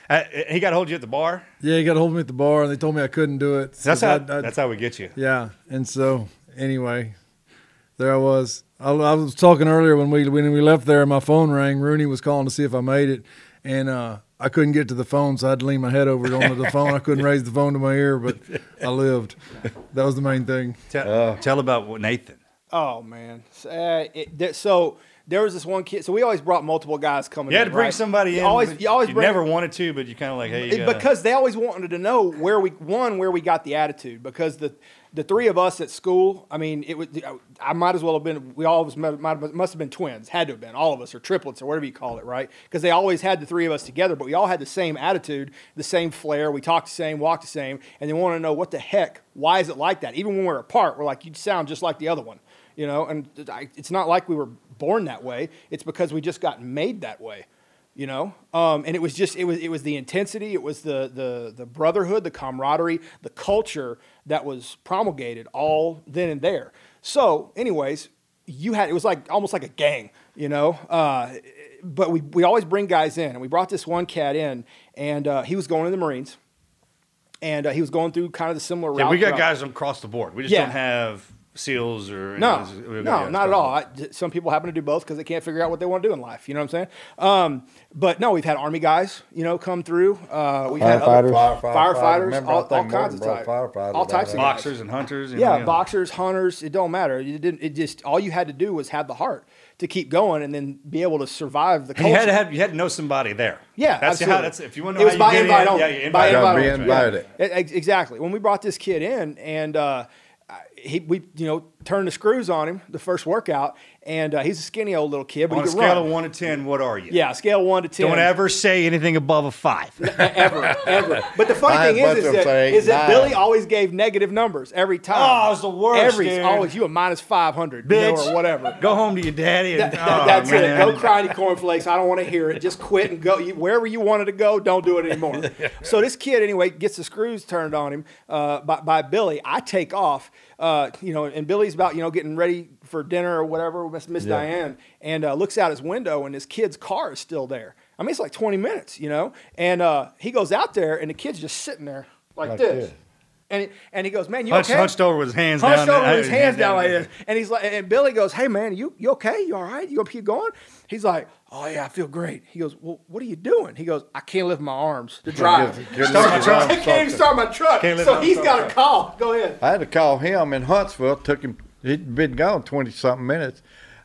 S5: Uh, he got a hold of you at the bar.
S8: Yeah, he got a hold of me at the bar, and they told me I couldn't do it.
S5: That's
S8: So
S5: how.
S8: I- I-
S5: that's how we get you.
S8: Yeah, and so anyway, there I was. I, I was talking earlier when we when we left there. My phone rang. Rooney was calling to see if I made it, and uh, I couldn't get to the phone, so I had to lean my head over onto the phone. I couldn't raise the phone to my ear, but I lived. That was the main thing.
S5: Tell,
S8: Uh,
S5: tell about what Nathan.
S6: Oh man, so, uh, it, there, so there was this one kid. So we always brought multiple guys coming.
S5: You had
S6: in,
S5: to bring
S6: right?
S5: somebody
S6: You
S5: in.
S6: always,
S5: but
S6: you always
S5: you
S6: bring
S5: never wanted to, but you kind of like, hey, you
S6: it-
S5: gotta-
S6: because they always wanted to know where we one where we got the attitude because the the three of us at school I mean it was I might as well have been we all of us might, might- must have been twins had to have been all of us or triplets or whatever you call it right because they always had the three of us together but we all had the same attitude the same flair we talked the same walked the same and they want to know what the heck why is it like that even when we're apart we're like you sound just like the other one you know and I, it's not like we were born that way it's because we just got made that way you know um, and it was just it was it was the intensity it was the the the brotherhood the camaraderie the culture that was promulgated all then and there so anyways you had it was like almost like a gang you know uh, but we, we always bring guys in and we brought this one cat in and uh, he was going to the marines and uh, he was going through kind of the similar
S5: yeah,
S6: route
S5: we got
S6: throughout-
S5: guys from across the board. We just
S6: Yeah.
S5: don't have seals or
S6: no, no,
S5: any- yeah, it's
S6: not at all.
S5: probably-
S6: I, j- some people happen to do both because they can't figure out what they want to do in life. You know what I'm saying? Um, but no, we've had army guys, you know, come through. Uh, we've had other-
S2: Firefighters. Firefighter.
S6: firefighters,
S2: Remember, I
S6: all,
S2: think
S6: all
S2: Morton
S6: kinds of
S2: brought
S6: types,
S2: firefighters
S6: all types of
S2: down there.
S6: guys.
S5: Boxers and hunters. you know,
S6: Yeah, boxers, hunters, it don't matter. It didn't. It just all you had to do was have the heart to keep going and then be able to survive the
S5: You
S6: culture.
S5: had to have you had to know somebody there.
S6: Yeah,
S5: that's
S6: absolutely.
S5: how. That's if you want
S6: It
S5: to know
S6: was
S5: how
S6: by
S5: you get
S6: invite
S5: in,
S6: only.
S5: Yeah, you invite
S6: by
S5: only.
S6: invite only. Yeah. E- ex- Exactly. When we brought this kid in, and uh, I- he we you know turned the screws on him the first workout, and uh, he's a skinny old little kid, but
S5: On
S6: he
S5: a
S6: could
S5: scale
S6: run.
S5: of one to ten, what are you?
S6: yeah, scale one to ten.
S5: Don't ever say anything above a five.
S6: ever, ever. But the funny thing is, is that, is that Billy always gave negative numbers every time.
S5: Oh, it was the worst,
S6: Every
S5: dude.
S6: always you a minus five hundred, you know,
S5: Bitch.
S6: or whatever.
S5: Go home to your daddy. And,
S6: That-
S5: oh,
S6: that's
S5: man.
S6: it. Go cry to cornflakes. I don't want to hear it. Just quit and go you, wherever you wanted to go. Don't do it anymore. so this kid, anyway, gets the screws turned on him uh, by, by Billy. I take off, uh, you know, and Billy's about you know getting ready for dinner or whatever. Miss Miss
S11: Yeah.
S6: Diane and uh, looks out his window, and this kid's car is still there. I mean, it's like 20 minutes, you know. And uh, he goes out there, and the kid's just sitting there like,
S5: Like
S6: this.
S5: this.
S6: And, he- and he goes, man, you
S5: Hunched-
S6: okay?
S5: hunched over with his hands
S6: Hunched
S5: down.
S6: over with his
S5: Hey,
S6: hands
S5: hand
S6: down
S5: down.
S6: like this. And he's like, and Billy goes, "Hey man, you you okay? You all right? You gonna keep going?" He's like, "Oh yeah, I feel great." He goes, "Well, what are you doing?" He goes, "I can't lift my arms to drive.
S2: Can't lift- can't lift your arms
S6: I can't even
S2: something.
S6: start my truck."
S2: Can't lift
S6: So
S2: my
S6: he's
S2: arms
S6: got a call. Go ahead.
S2: I had to call him in Huntsville. Took him. He'd been gone twenty something minutes.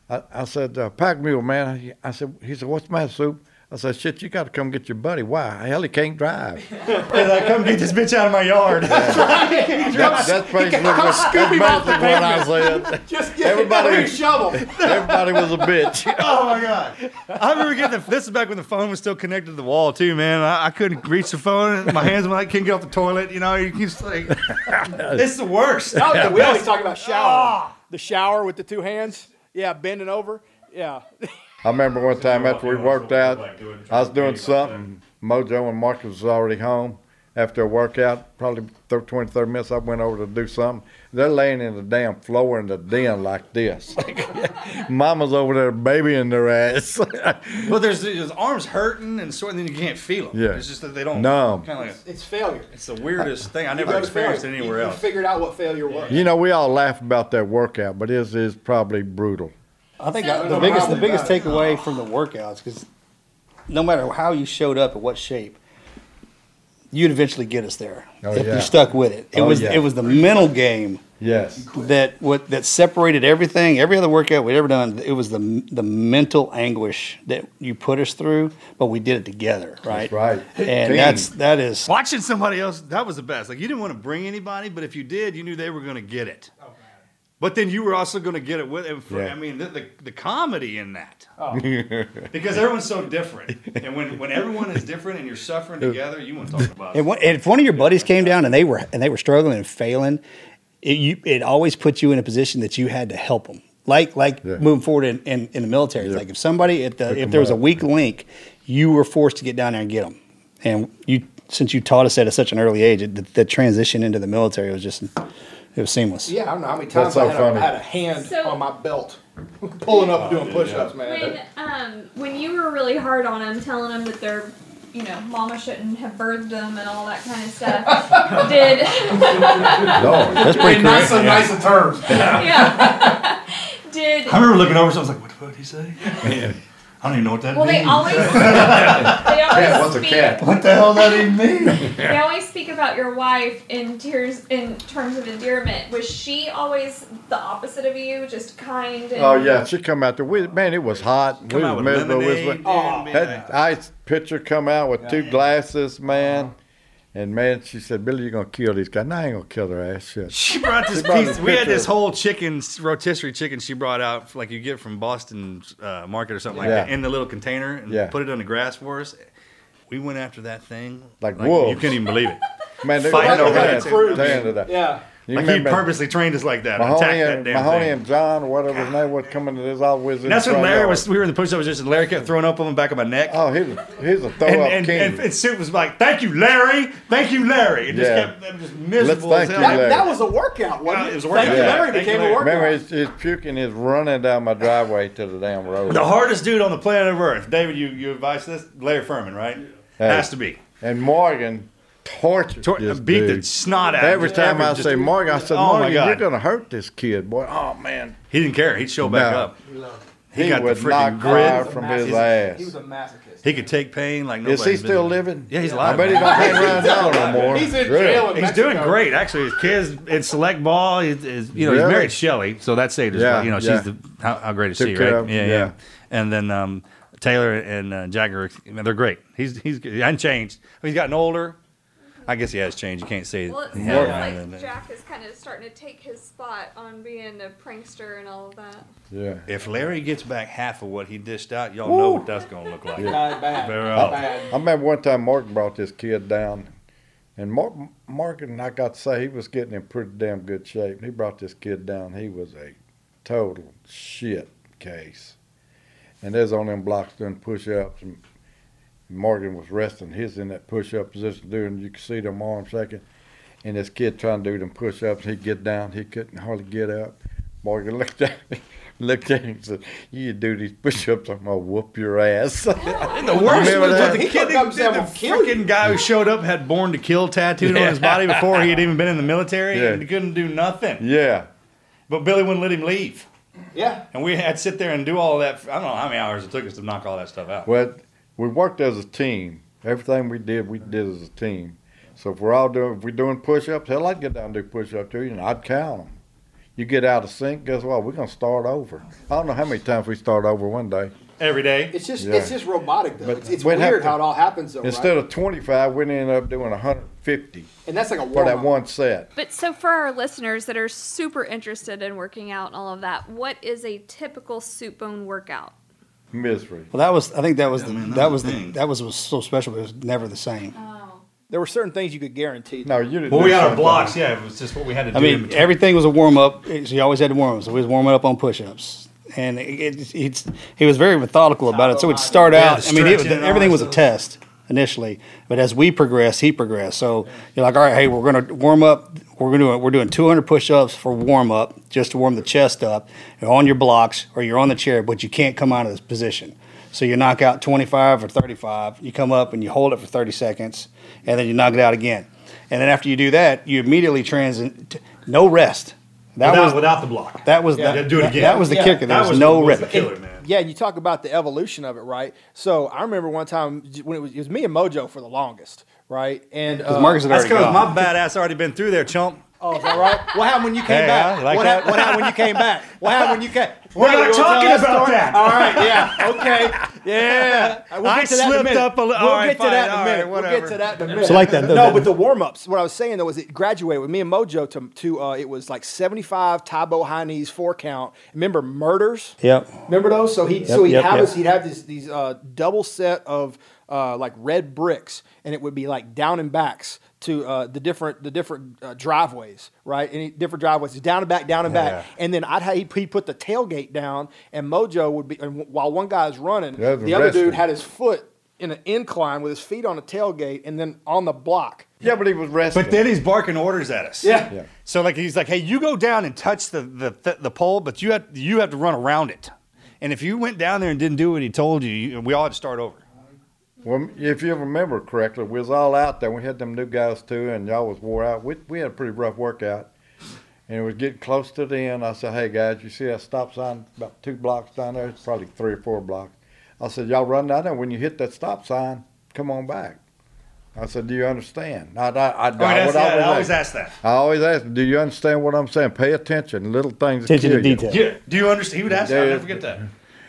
S2: I, I said, uh, "Pack mule, man." He- I said, "He said, what's the matter, soup?" I said, "Shit, you got to come get your buddy. Why? Hell, he can't drive."
S5: He's like, come get this bitch out of my yard.
S2: That- that's basically what, that's basically what I said.
S6: Just
S5: get-
S2: everybody,
S5: with a shovel.
S2: everybody was a bitch.
S5: Oh my god! I remember getting the, this is back when the phone was still connected to the wall too, man. I, I couldn't reach the phone. My hands were like, can't get off the toilet. You know, you can just like, it's the worst.
S6: That was the- Ah.
S5: The
S6: we always
S5: best.
S6: talk about shower. The shower with the two hands. Yeah, bending over. Yeah.
S2: I remember one time after we worked out, I was doing something. Mojo and Marcus was already home. After a workout, probably thir- 20, 30 minutes, I went over to do something. They're laying in the damn floor in the den like this. Mama's over there babying their ass.
S5: Well, there's his arms hurting and sore, and then you can't feel them.
S2: Yeah.
S5: It's just that they don't.
S2: Numb.
S5: Kind of like
S6: It's failure.
S5: it's the weirdest thing I
S6: You
S5: never
S6: go to
S5: experienced
S6: failure.
S5: anywhere
S6: You-
S5: else.
S6: You figured out what failure was.
S2: you know, we all laugh about that workout, but it is probably brutal.
S10: I think
S6: So-
S10: I- the
S6: No
S10: biggest the
S6: problem
S10: biggest
S6: about it.
S10: takeaway from the workouts because no matter how you showed up at what shape, you'd eventually get us there
S2: Oh,
S10: if
S2: yeah.
S10: you stuck with it. It
S2: Oh,
S10: was
S2: yeah.
S10: it was the mental game
S2: Yes.
S10: that what that separated everything. Every other workout we'd ever done, it was the the mental anguish that you put us through, but we did it together, right?
S2: right.
S10: And
S5: Team.
S10: that's that is
S5: Watching somebody else, that was the best. Like you didn't want to bring anybody, but if you did, you knew they were going to get it.
S6: Oh,
S5: But then you were also going to get it with. and for-
S2: Yeah.
S5: I mean, the, the, the comedy in that.
S2: because
S5: Because everyone's so different, and when, when everyone is different and you're suffering together, you want to talk about
S10: And,
S5: it.
S10: one, and if one of your buddies came down and they were and they were struggling and failing, it, you, it always put you in a position that you had to help them. Like like moving forward in, in, in the military, it's like if somebody if the, if there was a weak link, you were forced to get down there and get them. And you since you taught us that at such an early age, it, the, the transition into the military was just it was seamless.
S6: Yeah, I don't know how many times
S10: That's
S6: I
S10: so
S6: had,
S10: funny.
S6: A, had a hand
S7: So-
S6: on my belt, pulling up and
S5: Oh,
S6: doing
S10: Yeah.
S6: push-ups, man.
S7: When um when you were really hard on them, telling them that they're you know mama shouldn't have birthed them and all that kind of stuff, did
S5: No, that's pretty In nice- correct. nicer terms.
S7: Yeah. did
S5: I remember looking over, so I was like, "What the fuck did he say?" I don't even know what that
S7: Well, they
S5: means.
S7: always- they always Cat, what's a speak- cat?
S5: What the hell that even mean?
S7: they always speak about your wife in tears in terms of endearment. Was she always the opposite of you, just kind? And
S2: Oh yeah, she come out there. We, man, it was hot. we
S7: out
S2: was
S7: with
S2: miserable. We was-
S7: lemonade,
S2: Oh,
S7: dude,
S2: that ice pitcher come out with two glasses, man.
S5: Uh-huh.
S2: And man, she said, "Billy, you're gonna kill these guys." No, I ain't gonna kill their ass. Shit.
S5: She brought this
S2: brought
S5: piece.
S2: this
S5: We had
S2: picture.
S5: this whole chicken rotisserie chicken she brought out, like you get from Boston uh, Market or something
S2: Yeah.
S5: like that, in the little container and
S2: Yeah.
S5: put it on the grass for us. We went after that thing
S2: Like
S5: You
S2: wolves.
S5: can't even believe it.
S2: Man, they-
S5: Fighting
S2: they
S5: over
S2: had
S5: it.
S2: fruit.
S5: I mean,
S2: Down to that. Yeah. You
S5: like
S2: remember-
S5: he purposely trained us like that.
S2: Mahoney
S5: attack that
S2: and
S5: damn
S2: Mahoney
S5: thing.
S2: and John or whatever his name was coming to this always. in
S5: And that's
S2: the
S5: when
S2: front
S5: Larry
S2: yard.
S5: was. We were in the push-up position. Larry kept throwing up on the back of my neck.
S2: Oh, he's a, he's a throw
S5: and,
S2: up
S5: and,
S2: king.
S5: And, and Soup was like, "Thank you, Larry. Thank you, Larry." It just
S2: Yeah.
S5: kept them just miserable.
S2: Let's
S5: as
S2: thank
S5: hell.
S2: you,
S6: that, that was a workout, wasn't it?
S5: it was a
S6: Thank you,
S5: workout.
S6: Larry
S5: Yeah.
S6: became
S5: Thank
S6: a
S5: you,
S6: workout.
S5: Larry.
S2: Remember, his, his puking is running down my driveway to the damn road.
S5: The hardest dude on the planet Earth, David. You you advise this Larry Furman, right?
S2: Hey.
S5: Has to be.
S2: And Morgan tortured this
S5: beat the
S2: dude.
S5: snot out of
S2: Every
S5: him.
S2: time
S5: Every-
S2: I
S5: just-
S2: say Morgan, I said,
S5: Oh, my
S2: Morgan, you're
S5: God.
S2: going to hurt this kid, boy. Oh, man.
S5: He didn't care. He'd show back
S2: No.
S5: up. He,
S2: He
S5: got the
S2: would knock
S5: freaking grit
S2: fire from his ass. He was a
S5: masochist. He could take pain like nobody.
S2: Is he still living?
S5: Yeah, he's
S2: I
S5: alive.
S2: bet he
S5: man.
S2: don't hang around now no more.
S5: He's
S2: in Really? jail in
S5: He's
S2: Mexico.
S5: doing great, actually. His kids in select ball. Is, is you know he's
S2: Really?
S5: married Shelly, so that saved his.
S2: Yeah,
S5: life. You know she's
S2: yeah.
S5: the how, how great is
S2: Took
S5: she,
S2: care
S5: right?
S2: of him,
S5: yeah, yeah,
S2: yeah.
S5: And then um, Taylor and uh, Jagger, man, they're great. He's he's he hasn't changed. He's gotten older. I guess he has changed. You can't say.
S7: Well, it sounds
S5: yeah, yeah, yeah.
S7: like Jack is kind of starting to take his spot on being a prankster and all of that.
S2: Yeah.
S5: If Larry gets back half of what he dished out, y'all
S7: Woo.
S5: know what that's gonna look like.
S7: Not bad.
S5: Better
S2: I,
S5: off.
S2: I remember one time Mark brought this kid down, and Mark, Mark and I got to say he was getting in pretty damn good shape. He brought this kid down. He was a total shit case, and there's on them blocks doing push-ups. And Morgan was resting his in that push-up position, doing. You could see them arms shaking, and this kid trying to do them push-ups. He'd get down. He couldn't hardly get up. Morgan looked at me. Looked at him and said, You do these push ups, I'm gonna whoop your ass.
S5: And the worst
S2: Remember
S5: was
S2: that?
S5: that the kid, the, freaking guy who showed up had "Born to Kill" tattooed on his body before he had even been in the military,
S2: Yeah.
S5: and he couldn't do nothing.
S2: Yeah.
S5: But Billy wouldn't let him leave,
S6: Yeah.
S5: and we had to sit there and do all that. I don't know how many hours it took us to knock all that stuff out.
S2: Well, we worked as a team. Everything we did, we did as a team. So if we're all doing, if we're doing push-ups, hell, I'd get down and do push-ups too, and I'd count them. You get out of sync, guess what? We're gonna start over. I don't know how many times we start over one day.
S5: Every day.
S11: It's just
S2: Yeah.
S11: it's just robotic though.
S2: But
S11: it's it's
S2: we'd
S11: weird
S2: have to-
S11: how it all happens though.
S2: Instead
S11: right?
S2: of 25, we'd end up doing 150
S11: and that's like a
S2: for
S11: warm
S2: that
S11: up.
S2: one set.
S7: But so for our listeners that are super interested in working out and all of that, what is a typical soup bone workout?
S2: Misery.
S10: Well, that was. I think that was the, that was the, that was was so special, but it was never the same.
S6: There were certain things you could guarantee.
S2: No, you didn't.
S5: Well, we had our blocks. Yeah, it was just what we had to do.
S10: I
S5: in
S10: mean,
S5: between.
S10: everything was a warm up. So you always had to warm up. So we was warming up on push ups. And it, it, it's, he was very methodical about it. So it'd start
S5: Yeah,
S10: out,
S5: the
S10: I mean, it, was-
S5: stretching and all
S10: everything
S5: that
S10: was a test initially. But as we progressed, he progressed. So you're like, all right, hey, we're going to warm up. We're going to we're doing 200 push ups for warm up, just to warm the chest up. You're on your blocks or you're on the chair, but you can't come out of this position. So you knock out 25 or 35. You come up and you hold it for 30 seconds, and then you knock it out again. And then after you do that, you immediately transit t- no rest. That
S5: without,
S10: was
S5: without the block.
S10: that was
S5: Yeah,
S10: the
S5: do it
S10: that-
S5: again.
S10: That was the
S5: Yeah.
S10: kicker. There
S5: That
S10: was,
S5: was
S10: no
S5: the- was the
S10: rest.
S5: killer, man.
S6: Yeah, you talk about the evolution of it, right? So I remember one time j- when it was, it was me and Mojo for the longest, right? And uh,
S5: That's 'cause my badass already been through there, chump.
S6: Oh, is that right? What happened when you came
S5: Hey,
S6: back?
S5: I like
S6: what,
S5: that.
S6: Happened, what happened when you came back? What happened when you came?
S5: We're
S6: Wait,
S5: not
S6: you wanna
S5: talking
S6: tell
S5: about
S6: story?
S5: that.
S6: All right. Yeah. Okay. Yeah. We'll
S5: I
S6: get to that in
S5: slipped
S6: minute.
S5: up a li-
S6: We'll
S5: all right,
S6: get to
S5: fine,
S6: that in
S5: all
S6: a
S5: right,
S6: minute. We'll
S5: whatever.
S6: get to that in a
S5: So
S6: minute.
S10: like that, though,
S6: No,
S10: that-
S6: but the warm ups. What I was saying though was it graduated with me and Mojo to to uh, it was like seventy five Tybo high knees four count. Remember murders?
S10: Yep.
S6: Remember those? So he
S10: Yep,
S6: so he'd
S10: yep,
S6: have
S10: yep.
S6: us he'd have these these uh, double set of uh, like red bricks, and it would be like down and backs to uh, the different the different uh, driveways, right? Any different driveways, down and back, down and back, and then I'd ha- he'd, he'd put the tailgate down, and Mojo would be and while one guy's running,
S2: The other
S6: the other dude
S2: resting.
S6: had his foot in an incline with his feet on a tailgate, and then on the block.
S2: Yeah, but he was resting.
S5: But then he's barking orders at us.
S6: Yeah. Yeah.
S5: So like he's like, hey, you go down and touch the the, th- the pole, but you have you have to run around it. And if you went down there and didn't do what he told you, you we all had to start over.
S2: Well, if you remember correctly, we was all out there. We had them new guys too, and y'all was wore out. We, we had a pretty rough workout, and it was getting close to the end. I said, "Hey guys, you see that stop sign about two blocks down there? It's probably three or four blocks." I said, "Y'all run down there. When you hit that stop sign, come on back." I said, "Do you understand?" I, I, I,
S5: mean, that's-
S2: would
S5: yeah, I always ask that.
S2: I always ask, "Do you understand what I'm saying? Pay attention. Little things. that kill you."
S5: Yeah. Do you understand? He would ask. that. I never forget that.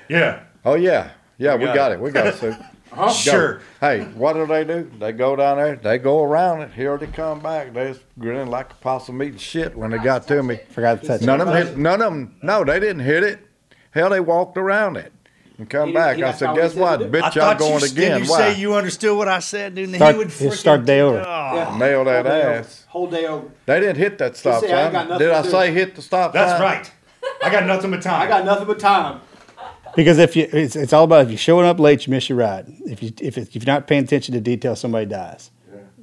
S5: Yeah.
S2: Oh yeah, yeah, we, got, it. We got it. So, Go.
S5: Sure.
S2: Hey, what do they do? They go down there. They go around it. Here they come back. They just grinning like a possum eating shit when they got to me.
S10: Forgot to touch
S2: none
S10: it.
S2: of them. Hit, none of them. No, they didn't hit it. Hell, they walked around it and come back. I
S5: Oh,
S2: said, guess what,
S5: I
S2: bitch? I'm
S5: thought
S2: going
S5: you,
S2: again.
S5: Did you
S2: Why?
S5: say you understood what I said, dude? And
S10: Start-
S5: he would
S10: he'll start day over.
S5: Oh.
S2: Nail that
S6: Whole day over.
S2: ass.
S6: Whole day over.
S2: They didn't hit that stop
S6: said, "I ain't got
S2: sign.
S6: nothing
S2: Did
S6: to
S2: I
S6: do."
S2: say hit the stop
S5: That's
S2: sign?
S5: right. I got nothing but time.
S6: I got nothing but time.
S10: Because if you, it's, it's all about if you're showing up late, you miss your ride. If you if, it, if you're not paying attention to detail, somebody dies.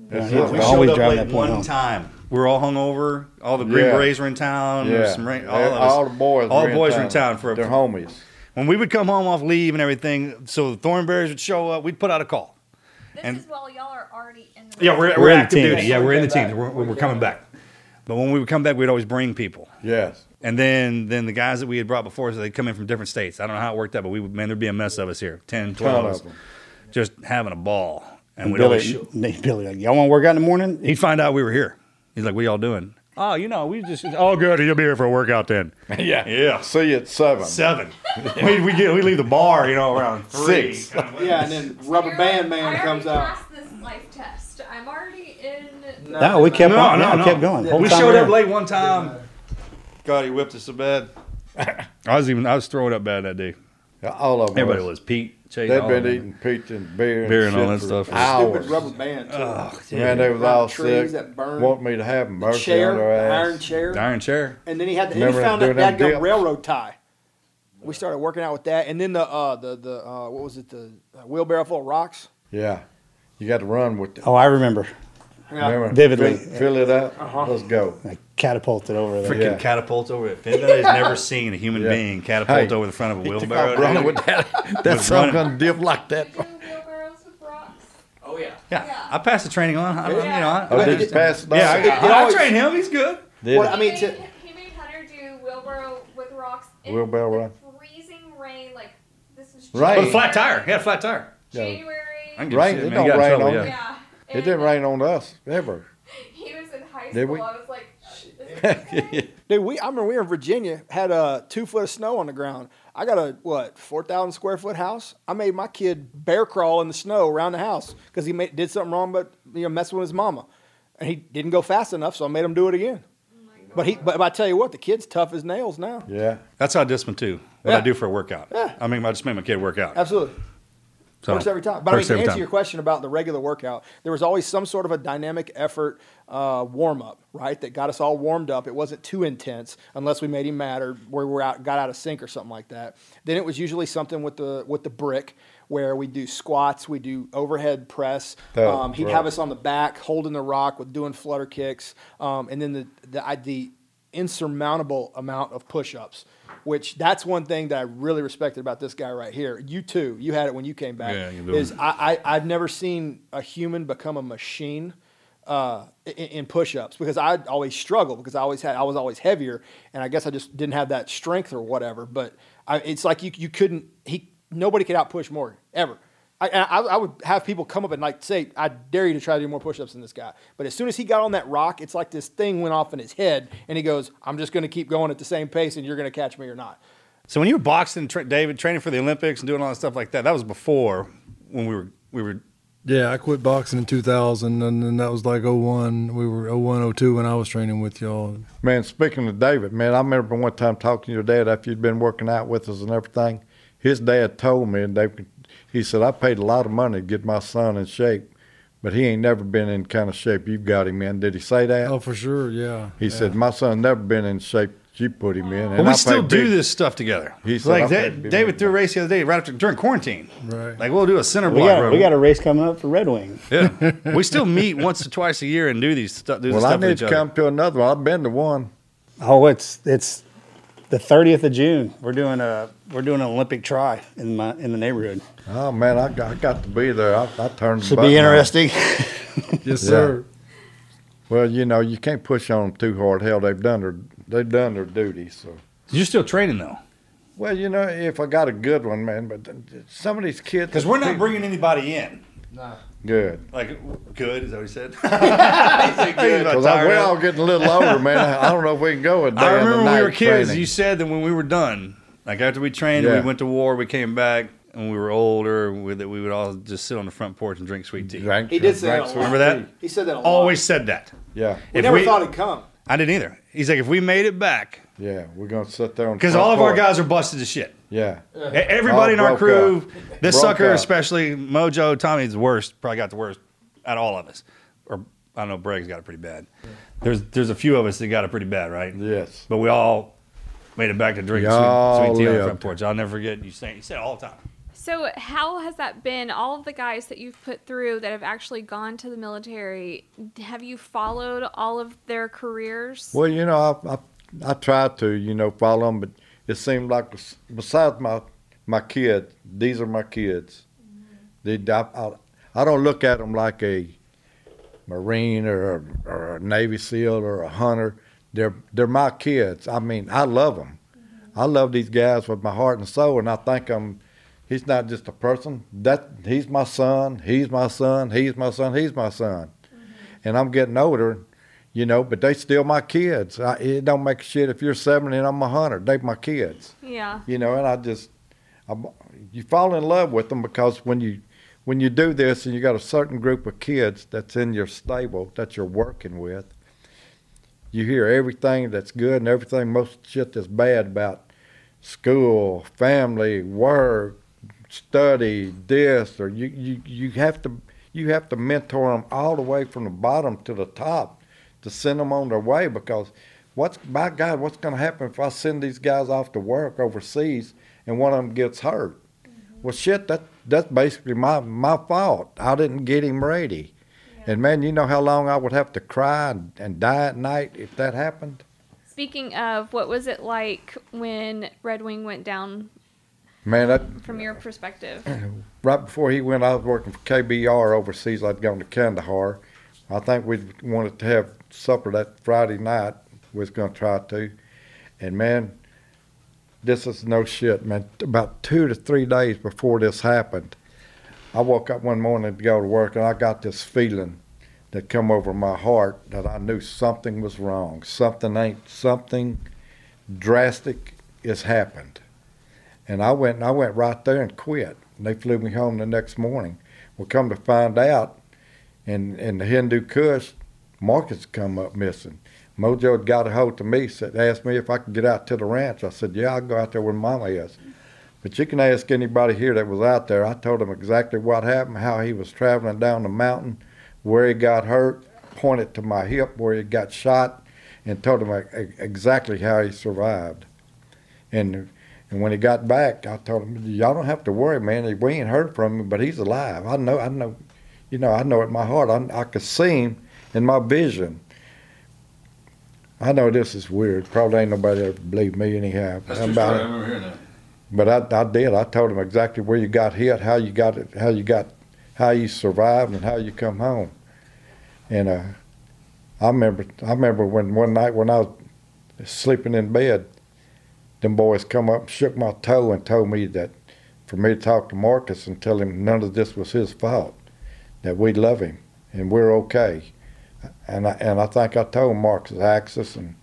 S2: That's
S10: You know,
S2: it.
S10: we
S5: We
S10: always
S5: showed up
S10: drive
S5: late
S10: that point
S5: one
S10: home.
S5: time. We were all hungover. All the Green
S2: Yeah.
S5: Berets were in town. There was
S2: Yeah.
S5: some rain, all,
S2: All,
S5: of us,
S2: the boys.
S5: all
S2: were
S5: the boys were in town for a
S2: They're homies.
S5: when we would come home off leave and everything, so the Thornberries would show up, we'd put out a call.
S7: This
S5: And-
S7: is while y'all are already in the
S5: Yeah, we're, we're,
S10: We're in the
S5: active
S10: team.
S5: duty. Yeah, we're in the team. We're, we're coming back. But when we would come back, we'd always bring people.
S2: Yes.
S5: And then then the guys that we had brought before, so they'd come in from different states. I don't know how it worked out, but we would, man, there'd be a mess of us here 10, 12
S10: of
S5: of us,
S10: them.
S5: just having a ball. And
S10: And
S5: we'd
S10: Billy-
S5: always show-
S10: Billy, like, y'all want to work out in the morning?
S5: He'd find out we were here. He's like, what y'all doing? Oh, you know, we just all good. You'll be here for a workout then.
S2: Yeah.
S5: yeah.
S2: See you at seven.
S5: Seven. we, we get we leave the bar, you know, around three.
S2: Six.
S6: Yeah, and then Rubber Band Man comes out.
S7: this life test. I'm already in.
S10: No, we kept
S5: No,
S10: on.
S5: no,
S10: No,
S5: no.
S10: kept going.
S5: Yeah.
S10: Whole
S5: We
S10: time
S5: showed
S10: there.
S5: up late one time.
S2: God, he whipped us to bed.
S5: I was even I was throwing up bad that day.
S2: all of 'em
S5: Everybody
S2: was.
S5: was. Pete, Chase,
S2: They've
S5: all
S2: been
S5: of 'em.
S2: eating pizza and beer and,
S5: Beer and all
S2: shit
S5: that
S2: for
S5: stuff.
S2: Hours.
S6: Stupid rubber band too.
S2: Man, they was
S6: Around
S2: all sick.
S6: trees that burn.
S2: Want me to have mercy
S6: chair,
S2: on their
S6: the
S2: ass.
S6: iron chair. The
S5: iron chair.
S6: And then he had the,
S2: Remember
S6: he found
S2: doing
S6: that
S2: them
S6: dadgum
S2: dips?
S6: railroad tie. We started working out with that, and then the uh, the the uh, what was it the uh, wheelbarrow full of rocks.
S2: Yeah. You got to run with it.
S10: Oh, I remember.
S2: Remember?
S10: Vividly.
S2: Fill, fill it up. Let's go.
S10: Catapulted over there.
S5: Freaking
S2: Yeah.
S5: catapult over it. Anybody's never seen a human
S2: Yeah.
S5: being catapult
S2: Hey,
S5: over the front of a
S2: He took
S5: wheelbarrow.
S2: off running with that. That's something
S5: running.
S2: gonna dip like that.
S1: Oh yeah.
S5: Yeah, I passed the training on. I, don't- You know, I,
S2: Oh,
S5: I
S2: did you
S5: just-
S2: pass it on?
S5: Yeah, I,
S2: It- it
S5: I,
S6: always-
S5: trained him. He's good.
S2: Did
S6: Well,
S2: it?
S6: I mean,
S7: he,
S6: to,
S7: made, he made Hunter do wheelbarrow with rocks in
S2: Wheelbarrow
S7: the
S2: rock.
S7: freezing rain. Like this was
S2: Right.
S5: With a flat tire. He had a flat tire.
S2: Yeah.
S7: January.
S5: I can give a
S2: Rain,
S5: shit,
S2: it
S5: man.
S2: don't
S5: He got in
S2: rain
S5: trouble,
S2: on
S5: yeah.
S2: you.
S7: Yeah.
S2: It didn't rain on us ever.
S7: He was in high
S2: Did
S7: school.
S2: we?
S7: I was like, "Shh, is this okay?"
S6: dude, we I remember we were in Virginia had uh, two foot of snow on the ground. I got a what four thousand square foot house. I made my kid bear crawl in the snow around the house because he made, did something wrong, but you know messing with his mama, and he didn't go fast enough, so I made him do it again. But he, but, but I tell you what, the kid's tough as nails now.
S2: Yeah.
S5: That's how I discipline too. What I
S6: Yeah.
S5: do for a workout.
S6: Yeah.
S5: I mean, I just made my kid work out.
S6: Absolutely.
S5: So-
S6: works every time. But
S5: works
S6: I mean, to
S5: every
S6: answer
S5: time.
S6: your question about the regular workout, there was always some sort of a dynamic effort uh, warm up, right? That got us all warmed up. It wasn't too intense, unless we made him mad or where we were out, got out of sync or something like that. Then it was usually something with the with the brick, where we do squats, we do overhead press.
S2: Oh,
S6: um, he'd
S2: right.
S6: have us on the back holding the rock with doing flutter kicks, um, and then the the, I, the insurmountable amount of push-ups. Which that's one thing that I really respected about this guy right here. You too. You had it when you came back
S5: Yeah, you do.
S6: is I, I I've never seen a human become a machine uh, in, in push-ups because I always struggled because I always had I was always heavier and I guess I just didn't have that strength or whatever. But I, it's like you you couldn't he nobody could outpush Morgan ever. I, and I, I would have people come up and like say, "I dare you to try to do more push-ups than this guy." But as soon as he got on that rock, it's like this thing went off in his head, and he goes, "I'm just going to keep going at the same pace, and you're going to catch me or not."
S5: So when you were boxing, tra- David, training for the Olympics and doing all that stuff like that, that was before when we were we were
S8: Yeah, I quit boxing in 2000, and then that was like 01. We were 01, 02 when I was training with y'all.
S2: Man, speaking of David, man, I remember one time talking to your dad after you'd been working out with us and everything. His dad told me, and Dave, he said, I paid a lot of money to get my son in shape, but he ain't never been in kind of shape you've got him in. Did he say that?
S8: Oh, for sure, yeah.
S2: he said, My son never been in shape you put him in. And
S5: But
S2: I
S5: we still
S2: paid
S5: do
S2: big-
S5: this stuff together.
S2: He said,
S5: like
S2: "I'm
S5: that-
S2: gonna be
S5: David
S2: big
S5: threw a race the other day, right after during quarantine.
S8: Right.
S5: Like we'll do a center
S10: We
S5: block.
S10: got,
S5: row.
S10: we got a race coming up for Red Wing.
S5: yeah. we still meet once or twice a year and do these stuff. Do
S2: Well,
S5: this
S2: I
S5: stuff with
S2: need
S5: each
S2: to
S5: other.
S2: come to another one. I've been to one.
S10: Oh, it's it's the 30th of June. We're doing a we're doing an Olympic try in my in the neighborhood.
S2: Oh, man, I got, I got to be there. I, I turned the
S10: Should
S2: button
S10: be
S2: on.
S10: interesting.
S8: Yes,
S2: Yeah.
S8: sir.
S2: Well, you know, you can't push on them too hard. Hell, they've done their, they've done their duty, so.
S5: You're still training though,
S2: Well, you know, if I got a good one, man, but th- th- some of these kids.
S5: because we're not bringing anybody in.
S2: Good.
S5: Like good is that what he said.
S2: Because we're all getting a little older, man. I I don't know if we can go a day and a
S5: I remember when
S2: night
S5: we were kids.
S2: training.
S5: You said that when we were done, like after we trained,
S2: Yeah.
S5: we went to war, we came back, and we were older. We, that we would all just sit on the front porch and drink sweet tea.
S2: Drank-
S6: He did say
S2: drank
S6: that a
S2: sweet
S6: lot.
S5: Remember that?
S6: He said that a lot.
S5: Always said that.
S2: Yeah,
S6: We
S5: If
S6: never
S5: we-
S6: thought it'd come.
S5: I didn't either. He's like, if we made it back,
S2: yeah. We're gonna sit there on
S5: because
S2: front
S5: all of our
S2: porch.
S5: guys are busted to shit.
S2: Yeah,
S5: E- Everybody
S2: All
S5: in our
S2: broke
S5: crew,
S2: up.
S5: this
S2: Broke
S5: sucker
S2: up.
S5: especially, Mojo, Tommy's the worst, probably got the worst out of all of us. Or I know Bragg's got it pretty bad. There's there's a few of us that got it pretty bad, right?
S2: Yes.
S5: But we all made it back to drink
S2: We
S5: sweet,
S2: all
S5: sweet tea on the
S2: lived.
S5: front porch. I'll never forget you saying you said it all the time.
S7: So, how has that been? All of the guys that you've put through that have actually gone to the military, have you followed all of their careers?
S2: Well, you know, I, I I tried to, you know, follow them, but it seemed like bes- besides my my kid, these are my kids. They, I, I, I don't look at them like a Marine or, or a Navy SEAL or a hunter. They're they're my kids. I mean, I love them. I love these guys with my heart and soul, and I think I'm. He's not just a person. That he's my son. He's my son. He's my son. He's my son. And I'm getting older, you know. But they still my kids. I, it don't make a shit if you're 70 and I'm a hundred. They my kids
S7: Yeah.
S2: you know and i just i you fall in love with them because when you when you do this and you got a certain group of kids that's in your stable that you're working with you hear everything that's good and everything most shit that's bad about school family work study this or you you, you have to you have to mentor them all the way from the bottom to the top to send them on their way because what's by God, what's going to happen if I send these guys off to work overseas and one of them gets hurt? Well, shit, that that's basically my my fault. I didn't get him ready, and man, you know how long I would have to cry and, and die at night if that happened.
S7: Speaking of, what was it like when Red Wing went down
S2: Man, that
S7: from your perspective?
S2: right before he went, I was working for KBR overseas. I'd gone to Kandahar. I think we wanted to have supper that Friday night. We was going to try to. And man, this is no shit, man. About two to three days before this happened, I woke up one morning to go to work and I got this feeling that come over my heart that I knew something was wrong. Something ain't something drastic has happened. And I went and I went right there and quit. And they flew me home the next morning. Well, come to find out, in, in the Hindu Kush, Marcus had come up missing. Mojo had got a hold to me, said, asked me if I could get out to the ranch. I said, yeah, I'll go out there where Mama is. But you can ask anybody here that was out there. I told him exactly what happened, how he was traveling down the mountain, where he got hurt, pointed to my hip where he got shot, and told him e- exactly how he survived. And and when he got back, I told him, "Y'all don't have to worry, man. We ain't heard from him, but he's alive. I know. I know. You know. I know at my heart. I, I could see him in my vision. I know this is weird. Probably ain't nobody ever believed me anyhow.
S11: That's
S2: I'm
S11: true
S2: about
S11: story.
S2: it.
S11: I remember hearing that.
S2: But I, I did. I told him exactly where you got hit, how you got it, how you got, how you survived, and how you come home. And uh, I remember, I remember when one night when I was sleeping in bed, them boys come up, and shook my toe, and told me that for me to talk to Marcus and tell him none of this was his fault, that we love him and we're okay. And I, and I think I told Marcus Axis and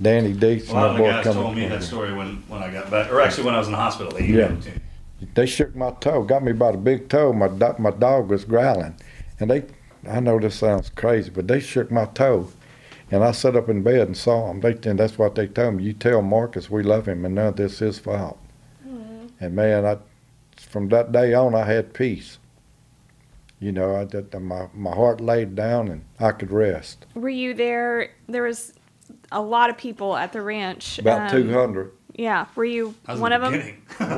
S2: Danny Deets
S11: A lot of
S2: and that
S11: the
S2: boy
S11: guys
S2: coming.
S11: told me that story when, when I got back, or actually when I was in the hospital. They
S2: Yeah.
S11: yeah.
S2: They shook my toe, got me by the big toe. My do- my dog was growling, and they. I know this sounds crazy, but they shook my toe, and I sat up in bed and saw them. They, and that's what they told me. You tell Marcus we love him, and none of this is his fault. And man, I from that day on, I had peace. You know, I did, my my heart laid down, and I could rest.
S7: Were you there? There was a lot of people at the ranch.
S2: About
S7: um,
S2: two hundred.
S7: Yeah. Were you one of them?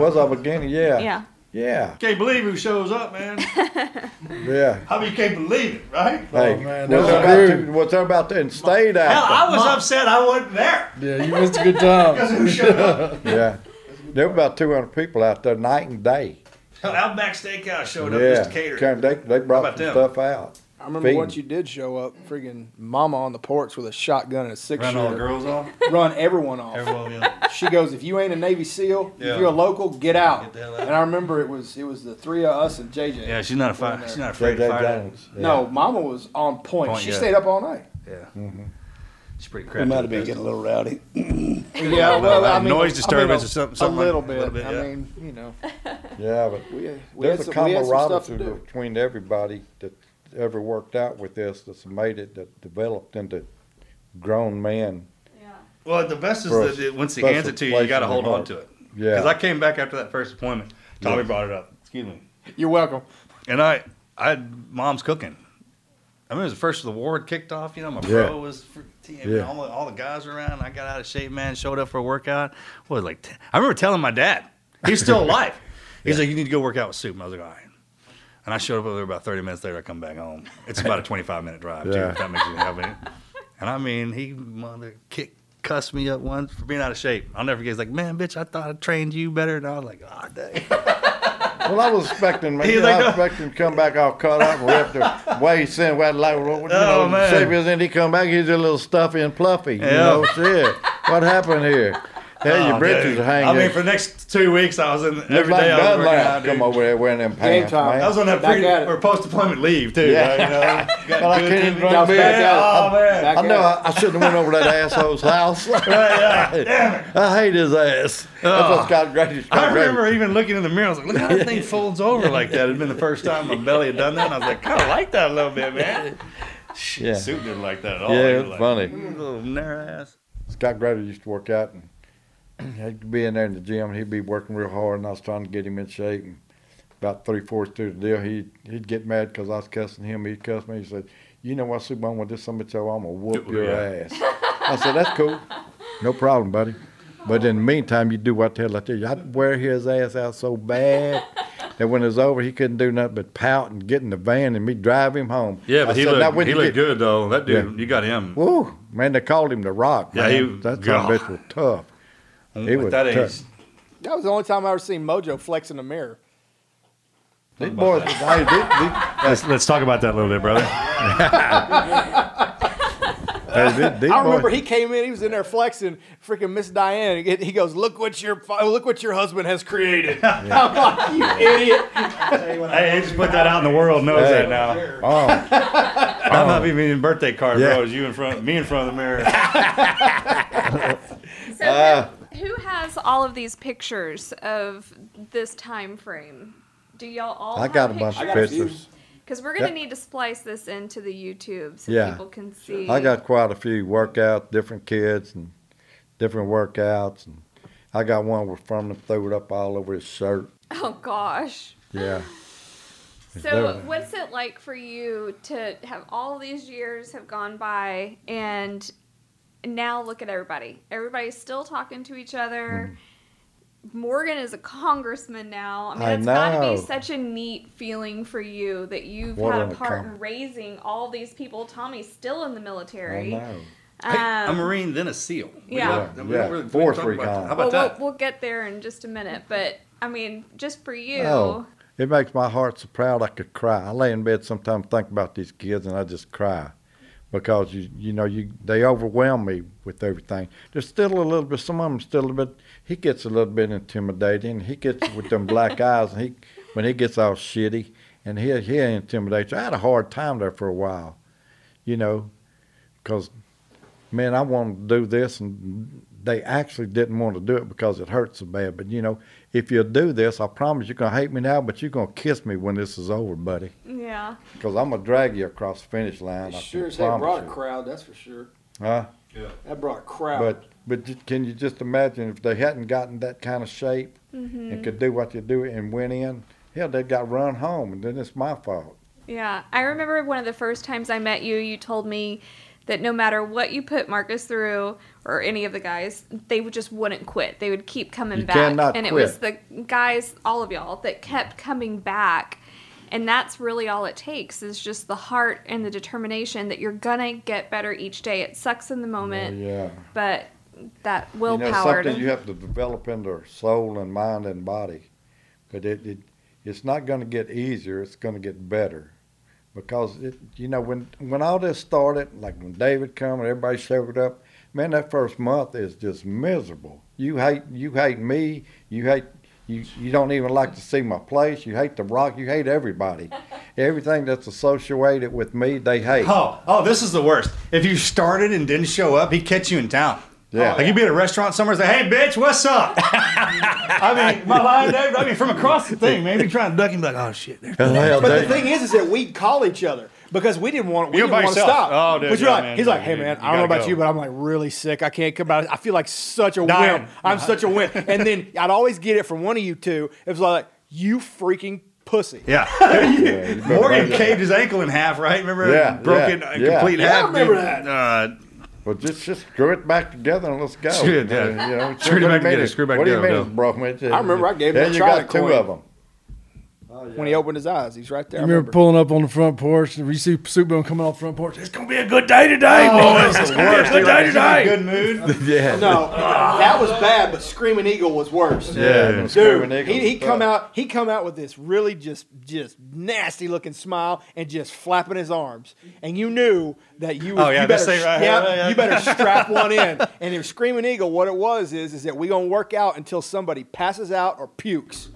S2: was I beginning? Yeah.
S7: Yeah.
S2: Yeah.
S11: Can't believe who shows up, man.
S2: Yeah.
S11: How you can't believe it, right?
S8: Oh,
S2: Hey, was, there about to, was there about to, and stayed out.
S11: Hell, I
S2: there.
S11: was upset I wasn't there.
S8: Yeah, you
S2: missed
S8: a good time.
S11: Because who showed up?
S2: yeah. There were about 200 people out there night and day.
S11: Hell, Outback Steakhouse showed up
S2: yeah.
S11: just to cater.
S2: Come- They, they brought some
S11: them?
S2: stuff out.
S6: I remember
S2: Feed.
S6: once you did show up, friggin' mama on the porch with a shotgun and a six
S11: Run
S6: shooter.
S11: all the girls off?
S6: Run everyone off.
S11: Everyone, yeah.
S6: She goes, if you ain't a Navy SEAL,
S11: Yeah.
S6: if you're a local, get out.
S11: the hell out.
S6: And I remember it was it was the three of us and JJ.
S11: Yeah, she's not a fire.
S6: Went in
S11: She's
S6: there.
S11: not afraid to
S2: J.J.
S11: fire.
S2: Jones, yeah.
S6: No, mama was on point.
S11: Point,
S6: she
S11: yeah.
S6: stayed up all night.
S11: Yeah.
S2: Mm-hmm.
S11: She's pretty
S6: We
S11: crap.
S6: might have been getting a little rowdy. yeah, well, I mean, uh,
S11: noise
S6: I
S11: disturbance
S6: mean,
S11: or something. something
S6: A little
S11: like,
S6: bit. I
S11: yeah.
S6: mean, you know.
S2: Yeah, but
S6: We had- we
S2: there's
S6: had
S2: a
S6: some- we had some stuff
S2: camaraderie
S6: to do.
S2: between everybody that ever worked out with this that's made it, that developed into grown men.
S11: Well, the best is
S2: For a
S11: that it, once he
S2: special
S11: hands it to you,
S2: place
S11: you got to
S2: in your
S11: hold on
S2: heart.
S11: to it.
S2: Yeah.
S11: Because I came back after that first appointment. Tommy
S2: Yeah.
S11: brought it up. Excuse me.
S6: You're welcome.
S11: And I, I had mom's cooking. I mean, it was the first of the war had kicked off. You know, my
S5: Yeah.
S11: pro was fr- team.
S5: Yeah.
S11: All, the, all the guys were around. I got out of shape, man. Showed up for a workout. What was it, like? T- I remember telling my dad, he's still alive. He's like, you need to go work out with Soup. And I was like, all right. And I showed up over there about 30 minutes later. I come back home. It's about a 25 minute drive, too,
S5: Yeah.
S11: if that makes you happy. And I mean, he mother kicked, cussed me up once for being out of shape. I'll never forget. He's like, man, bitch, I thought I trained you better. And I was like, oh, dang.
S2: Well, I was expecting, man,
S5: He's
S2: you know,
S5: like,
S2: I
S5: "No."
S2: was expecting to come back all cut up and ripped or way sent wet like, well, you
S5: Oh,
S2: know,
S5: man.
S2: shape is in. He come back, he's a little stuffy and fluffy. You
S5: Yeah.
S2: know, shit. What happened here? Hell, your
S5: Oh,
S2: britches
S5: dude.
S2: are hanging.
S5: I mean, for the next two weeks, I was in every
S2: like
S5: day. I was working
S2: Dunlap
S5: out, dude.
S2: come over there wearing them pants. Man.
S5: I was on that pre or post deployment leave too.
S2: Yeah.
S5: Yeah. You know,
S2: Well, I can't even drink beer.
S5: Yeah, Oh man.
S2: I know I, I shouldn't have went over that asshole's house. I hate his ass. That's what
S5: Oh.
S2: Scott Grady. Scott
S5: I
S2: Grady-
S5: remember even looking in the mirror. I was like, "Look how that thing folds over like that." It'd been the first time my belly had done that. And I was like, "Kind of like that a little bit, man." Shit,
S2: Yeah.
S5: suit didn't like that at all.
S2: Yeah,
S5: He was
S2: it's
S5: like,
S2: funny.
S5: "Mm, Little narrow ass.
S2: Scott Grady used to work out and he'd be in there in the gym and he'd be working real hard and I was trying to get him in shape and about three fourths through the deal he he'd get mad because I was cussing him he'd cuss me he said you know what Superman with this somebody tell you, I'm gonna whoop your
S5: yeah.
S2: ass I said that's cool no problem buddy but in the meantime you do what the hell I tell you I'd wear his ass out so bad that when it was over he couldn't do nothing but pout and get in the van and me drive him home
S11: Yeah, but
S2: I
S11: he
S2: said, "Now,
S11: looked,
S2: when
S11: he
S2: you
S11: looked
S2: get-
S11: good though. That dude, you got him.
S2: Woo, man, they called him the Rock.
S11: Yeah,
S2: man.
S11: he-
S2: that son
S11: God.
S2: of a bitch was tough. He
S11: At
S2: was
S11: that
S2: tough.
S11: age.
S6: That was the only time I ever seen Mojo flex in the mirror.
S2: These boys, hey, these- these-
S11: Let's, let's talk about that a little bit, brother.
S2: Hey, did- did
S6: I
S2: boy-
S6: remember he came in, he was in there flexing, freaking Miss Diane. and He goes, "Look what your fa- look what your husband has created." I'm like, "You idiot!"
S11: Hey, just put that out in the world knows
S5: Hey.
S11: that now.
S2: Oh.
S11: That might be me in birthday card,
S5: Yeah.
S11: bro. Is you in front, me in front of the mirror.
S7: So
S2: Uh.
S7: who, who has all of these pictures of this time frame? Do y'all all?
S2: I got a bunch of pictures.
S7: Because we're gonna
S2: Yeah.
S7: need to splice this into the YouTube so
S2: Yeah.
S7: people can see.
S2: I got quite a few workouts, different kids and different workouts, and I got one where Furman threw it up all over his shirt.
S7: Oh gosh.
S2: Yeah.
S7: So what's it like for you to have all these years have gone by and now look at everybody? Everybody's still talking to each other. Morgan is a congressman now. I mean,
S2: Hmm. I
S7: it's got to
S2: know.
S7: be such a neat feeling for you that you've
S2: What
S7: had
S2: an
S7: a part in
S2: accomplishment.
S7: raising all these people. Tommy's still in the military.
S2: I know.
S11: a
S7: Um,
S11: Marine, then a SEAL. We
S7: Yeah.
S11: don't- we don't
S2: Yeah,
S11: really- we
S2: fourth
S11: don't talk about that.
S2: recon.
S11: How
S7: well,
S11: about
S7: we'll,
S11: that?
S7: we'll get there in just a minute, but I mean, just for you.
S2: Oh, it makes my heart so proud I could cry. I lay in bed sometimes think about these kids and I just cry because you you know you they overwhelm me with everything. There's still a little bit. Some of them still a bit. He gets a little bit intimidating. He gets with them black eyes and he when he gets all shitty and he he intimidates. you. I had a hard time there for a while, you know, because man, I want to do this and. They actually didn't want to do it because it hurts so bad. But you know, if you do this, I promise you're gonna hate me now, but you're gonna kiss me when this is over, buddy.
S7: Yeah.
S2: Because I'm gonna drag you across the finish line. I
S6: Sure
S2: can
S6: as hell brought a
S2: promise
S6: crowd. That's for sure.
S2: you. Huh?
S6: That brought a crowd.
S2: But but ju- can you just imagine if they hadn't gotten that kind of shape and could do what they do and went in? Hell, they got run home, and then it's my fault.
S7: Yeah, I remember one of the first times I met you, you told me that no matter what you put Marcus through or any of the guys, they would just wouldn't quit. They would keep coming
S2: You
S7: back.
S2: cannot
S7: and it
S2: quit.
S7: was the guys, all of y'all, that kept coming back. And that's really all it takes is just the heart and the determination that you're gonna get better each day. It sucks in the moment,
S2: Oh, Yeah,
S7: but that
S2: you know
S7: willpower.
S2: something
S7: to-
S2: you have to develop in their soul and mind and body. But it, it it's not going to get easier. It's going to get better because it you know when when all this started, like when David come and everybody showed up. Man, that first month is just miserable. You hate you hate me. You hate you. You don't even like to see my place. You hate the rock. You hate everybody. Everything that's associated with me, they hate.
S11: Oh, oh, this is the worst. If you started and didn't show up, he'd catch you in town.
S2: Yeah.
S11: Like you'd be at a restaurant somewhere and say, hey, bitch, what's up? I mean, my line, Dave, I mean, from across the thing, man. You'd be trying to duck him, like, oh, shit. there-
S2: Hell,
S6: But
S2: they-
S6: the thing is, is that we call each other because we didn't want we
S11: You're
S6: didn't
S11: by
S6: want to
S11: yourself.
S6: stop.
S11: Oh, dude,
S6: but you're
S11: yeah,
S6: like,
S11: man,
S6: he's like,
S11: dude,
S6: hey
S11: dude,
S6: man,
S11: you
S6: I don't know
S11: gotta
S6: about
S11: go.
S6: you, but I'm like really sick. I can't come out. I feel like such a
S11: Dying.
S6: wimp. I'm such a wimp. And then I'd always get it from one of you two. It was like you freaking pussy.
S11: Yeah. Morgan caved his ankle in half, right? Remember?
S2: Yeah,
S11: Broken,
S2: yeah,
S11: uh,
S2: yeah.
S11: complete
S2: Yeah, I
S11: half.
S6: remember
S11: dude. Uh,
S2: Well, just just screw it back together and let's go.
S11: Screw it,
S2: I mean,
S11: yeah.
S2: You know,
S11: Screw it back
S2: what do you mean
S11: together,
S2: it's-
S11: screw it back
S2: What do you
S11: together,
S2: mean
S11: Bill.
S2: it's broken? It's-
S6: I remember I gave him
S2: Then
S6: a
S2: you
S6: try
S2: got
S6: to
S2: two
S6: coin.
S2: of them.
S6: When he opened his eyes, he's right there.
S8: You
S6: I
S8: remember, pulling up on the front porch, and you see Soup Bone coming off the front porch. It's gonna be a good day today,
S6: Oh,
S8: boys.
S6: that's
S8: It's
S6: the
S8: gonna be a
S6: worst.
S8: good
S6: You're
S8: day
S6: like,
S8: today.
S6: "This
S8: mood.
S2: Yeah.
S6: No, that was bad, but Screaming Eagle was worse.
S2: Yeah,
S6: dude,
S2: Screaming Eagle
S6: he, he
S2: was
S6: come
S2: tough.
S6: out he come out with this really just just nasty looking smile and just flapping his arms, and you knew that you
S12: Oh, yeah,
S6: you
S12: this
S6: better
S12: thing right here.
S6: yeah,
S12: Yeah, yeah.
S6: you better strap one in. And if Screaming Eagle, what it was is is that we gonna work out until somebody passes out or pukes.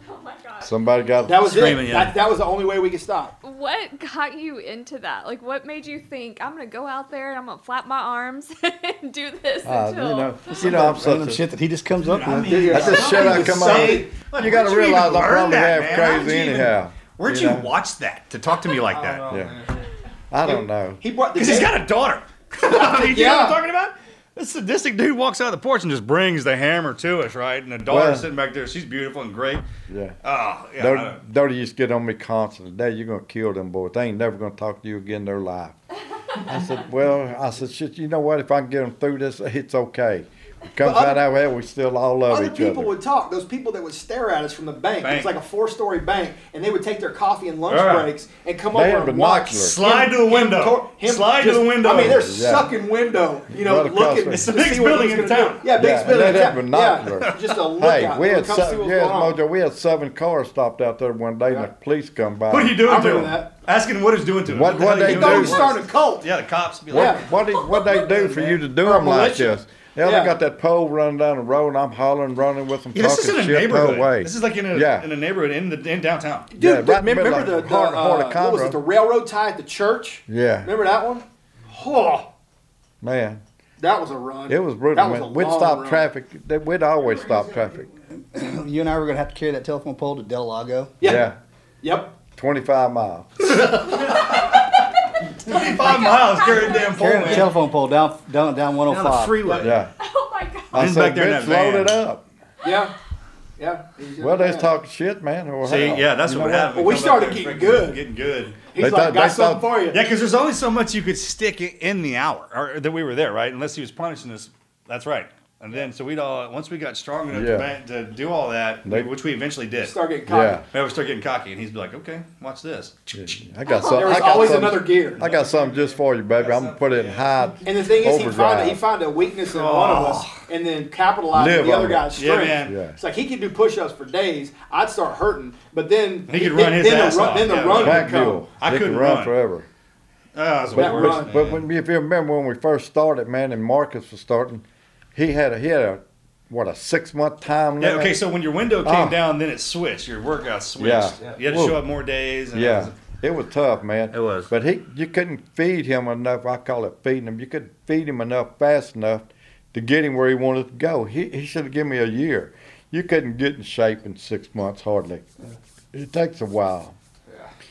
S2: Somebody got
S6: That was it. That, that was the only way we could stop.
S7: What got you into that? Like, what made you think I'm gonna go out there and I'm gonna flap my arms and do this
S2: Uh, you
S7: until?
S2: know, you know, I'm such
S10: random
S2: a-
S10: shit that he just comes up with.
S2: mean, That's just shit I come up. You got to realize I probably have crazy anyhow.
S5: Where'd you,
S2: know?
S5: watch that to talk to me like that?
S2: Yeah. I don't know.
S6: He brought
S5: Because he's got a daughter. I mean, you know what I'm
S12: Yeah.
S5: talking about? This sadistic dude walks out of the porch and just brings the hammer to us, right? And the daughter's
S2: Well-
S5: sitting back there. She's beautiful and great.
S2: Yeah.
S5: Oh, yeah. I
S2: Dirty,
S5: don't-
S2: Dirty used to get on me constantly. Dad, you're gonna kill them boys. They ain't never gonna talk to you again in their life. I said, well, I said, shit, you know what? If I can get them through this, it's okay. Come
S6: But other-
S2: find out well, we still all love
S6: Other
S2: each
S6: people
S2: other.
S6: would talk. Those people that would stare at us from the bank. It
S2: Bank.
S6: was like a four-story bank, and they would take their coffee and lunch
S2: All right.
S6: breaks and come
S2: They had
S6: over and watch.
S2: binoculars. Slide
S6: him-
S2: to the
S6: him
S2: window.
S6: tor- him
S2: Slide to
S6: just-
S2: the window.
S6: I mean, they're
S2: Yeah.
S6: sucking window. You know,
S2: Right across
S6: looking.
S2: there. It's
S6: to
S2: the biggest
S6: see what
S2: building
S6: he's
S2: in
S6: gonna do.
S2: town.
S6: Yeah, biggest
S2: and
S6: building
S2: they
S6: in
S2: had
S6: town.
S2: binoculars.
S6: Yeah, just a
S2: Hey,
S6: lookout.
S2: we
S6: when
S2: had
S6: it comes to
S2: seven,
S6: what's
S2: yes,
S6: going on.
S2: Mojo, we had seven cars stopped out there one day, and the police come by.
S5: What are you doing
S2: I'm
S5: to
S2: doing
S5: him? Asking what he's doing to him.
S2: What-
S5: the
S2: what
S5: hell
S2: they do-
S5: you doing?
S2: Don't start
S6: a cult.
S5: Yeah, the cops be
S2: What,
S5: like,
S2: what, they, what they do for you to do them like this? Yeah, they got that pole running down the road, and I'm hollering, running with them,
S5: Yeah, this
S2: talking
S5: is in a
S2: shit no
S5: neighborhood.
S2: way.
S5: This is like in a,
S2: yeah.
S5: in a neighborhood in the in downtown.
S6: Dude, the- remember, the, the,
S2: hard- hard
S6: uh, what was it?
S2: economy.
S6: The railroad tie at the church.
S2: Yeah.
S6: Remember that one? Oh,
S2: man,
S6: that was a run.
S2: it was
S6: That
S2: brutal.
S6: was a
S2: man. We'd
S6: long
S2: stop
S6: run.
S2: traffic. They- We'd always stop traffic.
S10: you and I were going to have to carry that telephone pole to Del Lago.
S2: Yeah.
S6: Yep.
S2: 25 miles.
S5: 25 miles carrying damn pole.
S10: Carrying the telephone pole down, down, oh down 105.
S2: Yeah. I
S10: He's
S2: said,
S10: back there in
S2: "Bitch,
S10: that van."
S2: load it up.
S6: Yeah. Yeah. He's-
S2: Well, they was talking shit, man. or
S5: See,
S2: hell.
S5: yeah, that's
S2: You
S5: what
S2: know
S5: happened.
S6: Well, we
S5: Come
S6: started
S5: up there
S6: getting
S5: freaking
S6: good.
S5: Getting good.
S6: He's They like, thought- "Got they something thought- for you."
S5: Yeah, because there's only so much you could stick i- in the hour or that we were there, right? Unless he was punishing us. That's right. And then, so we'd all, once we got strong enough to
S12: Yeah.
S5: ban- to, do all that,
S12: They-
S5: which we eventually did.
S6: Start getting cocky. Yeah.
S5: Yeah, we start getting cocky, and he's like, okay, watch this.
S2: I got some.
S6: There
S2: I
S6: was
S2: got
S6: always
S2: some-
S6: another gear.
S2: I got something just for you, baby. I'm gonna put it in high.
S6: And the thing is, he found,
S2: overdrive. Oh.
S6: a, he found a weakness in one of us and then capitalized
S2: Live
S6: on the other
S2: on it.
S6: guy's
S2: Yeah,
S6: strength.
S2: man. Yeah.
S6: It's like he could do push ups for days. I'd start hurting, but then
S5: He could
S6: then-
S5: run his
S6: then
S5: ass
S6: the, run-
S5: off.
S6: Then the
S5: Yeah,
S6: run
S5: back
S6: would come.
S5: deal. I
S2: They can
S5: couldn't
S2: run,
S5: run.
S2: forever.
S5: Ah, that's the
S2: but
S5: worst,
S2: but, but when, if you remember when we first started, man, and Marcus was starting, he had a, he had a what a six month time
S5: Yeah,
S2: limit.
S5: okay, so when your window came
S2: Oh.
S5: down, then it switched. Your workout switched.
S2: Yeah.
S5: You had to
S2: Woo.
S5: show up more days. And
S2: yeah, it was tough, man. It
S5: was.
S2: But he you couldn't feed him enough. I call it feeding him. You could feed him enough fast enough to get him where he wanted to go. He he should have given me a year. You couldn't get in shape in six months hardly. It takes a while.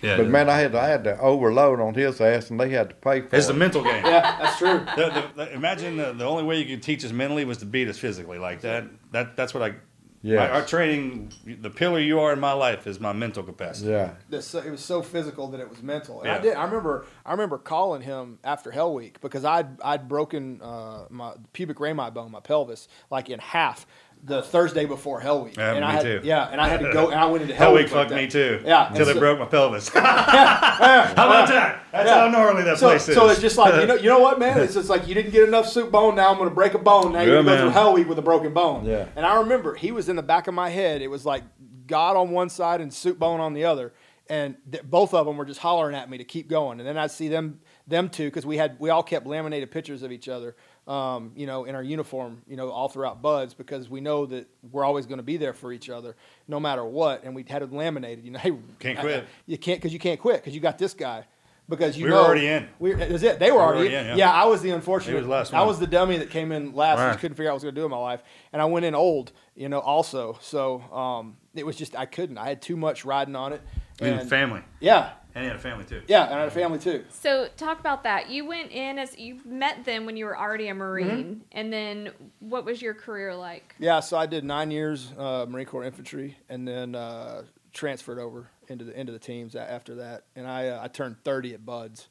S5: Yeah,
S2: but
S5: it
S2: man, I had to, I had to overload on his ass, and they had to pay for it.
S5: It's a mental game.
S6: Yeah, that's true.
S5: imagine the, the only way you could teach us mentally was to beat us physically like that. That that's what I.
S2: Yes.
S5: my- our training, the pillar you are in my life is my mental capacity.
S2: Yeah.
S6: This- so- it was so physical that it was mental. And I
S5: Yeah.
S6: did. I remember. I remember calling him after Hell Week because I'd I'd broken uh, my pubic rami bone, my pelvis, like in half the Thursday before Hell Week.
S5: Yeah,
S6: and
S5: me
S6: I had,
S5: too.
S6: Yeah, and I had to go. And I went into
S5: Hell Week.
S6: like
S5: Fucked
S6: that.
S5: me too.
S6: Yeah,
S5: until
S6: and
S5: they
S6: so-
S5: broke my pelvis. How about that? That's how gnarly that
S6: so,
S5: place
S6: So
S5: is.
S6: it's just like you know, you know what, man? It's just like you didn't get enough soup bone. Now I'm going to break a bone. Now
S5: Yeah,
S6: you're going to go
S5: man.
S6: through hell week with a broken bone.
S5: Yeah.
S6: And I remember he was in the back of my head. It was like God on one side and soup bone on the other, and th- both of them were just hollering at me to keep going. And then I'd see them them two because we had we all kept laminated pictures of each other. Um, you know, in our uniform, you know, all throughout Buds, because we know that we're always going to be there for each other, no matter what. And we had it laminated. You know, hey,
S5: Can't
S6: I-
S5: quit.
S6: you can't because you can't quit because you got this guy. Because you
S5: We were
S6: know-
S5: already in.
S6: We, that's it. They were
S5: We were
S6: already,
S5: already
S6: in.
S5: in,
S6: yeah.
S5: yeah.
S6: I was the unfortunate.
S5: He was the last
S6: I
S5: one.
S6: was the dummy that came in last. and
S5: Right.
S6: Just couldn't figure out what I was going to do in my life, and I went in old. You know, also. So um, it was just I couldn't. I had too much riding on it.
S5: And family.
S6: Yeah,
S5: and he had a family too.
S6: yeah, and I had a family too.
S7: So talk about that. You went in as you met them when you were already a
S6: Mm-hmm.
S7: Marine, and then what was your career like?
S6: Yeah, so I did nine years uh, Marine Corps infantry, and then uh, transferred over into the into the teams a- after that. And I uh, I turned thirty at Buds.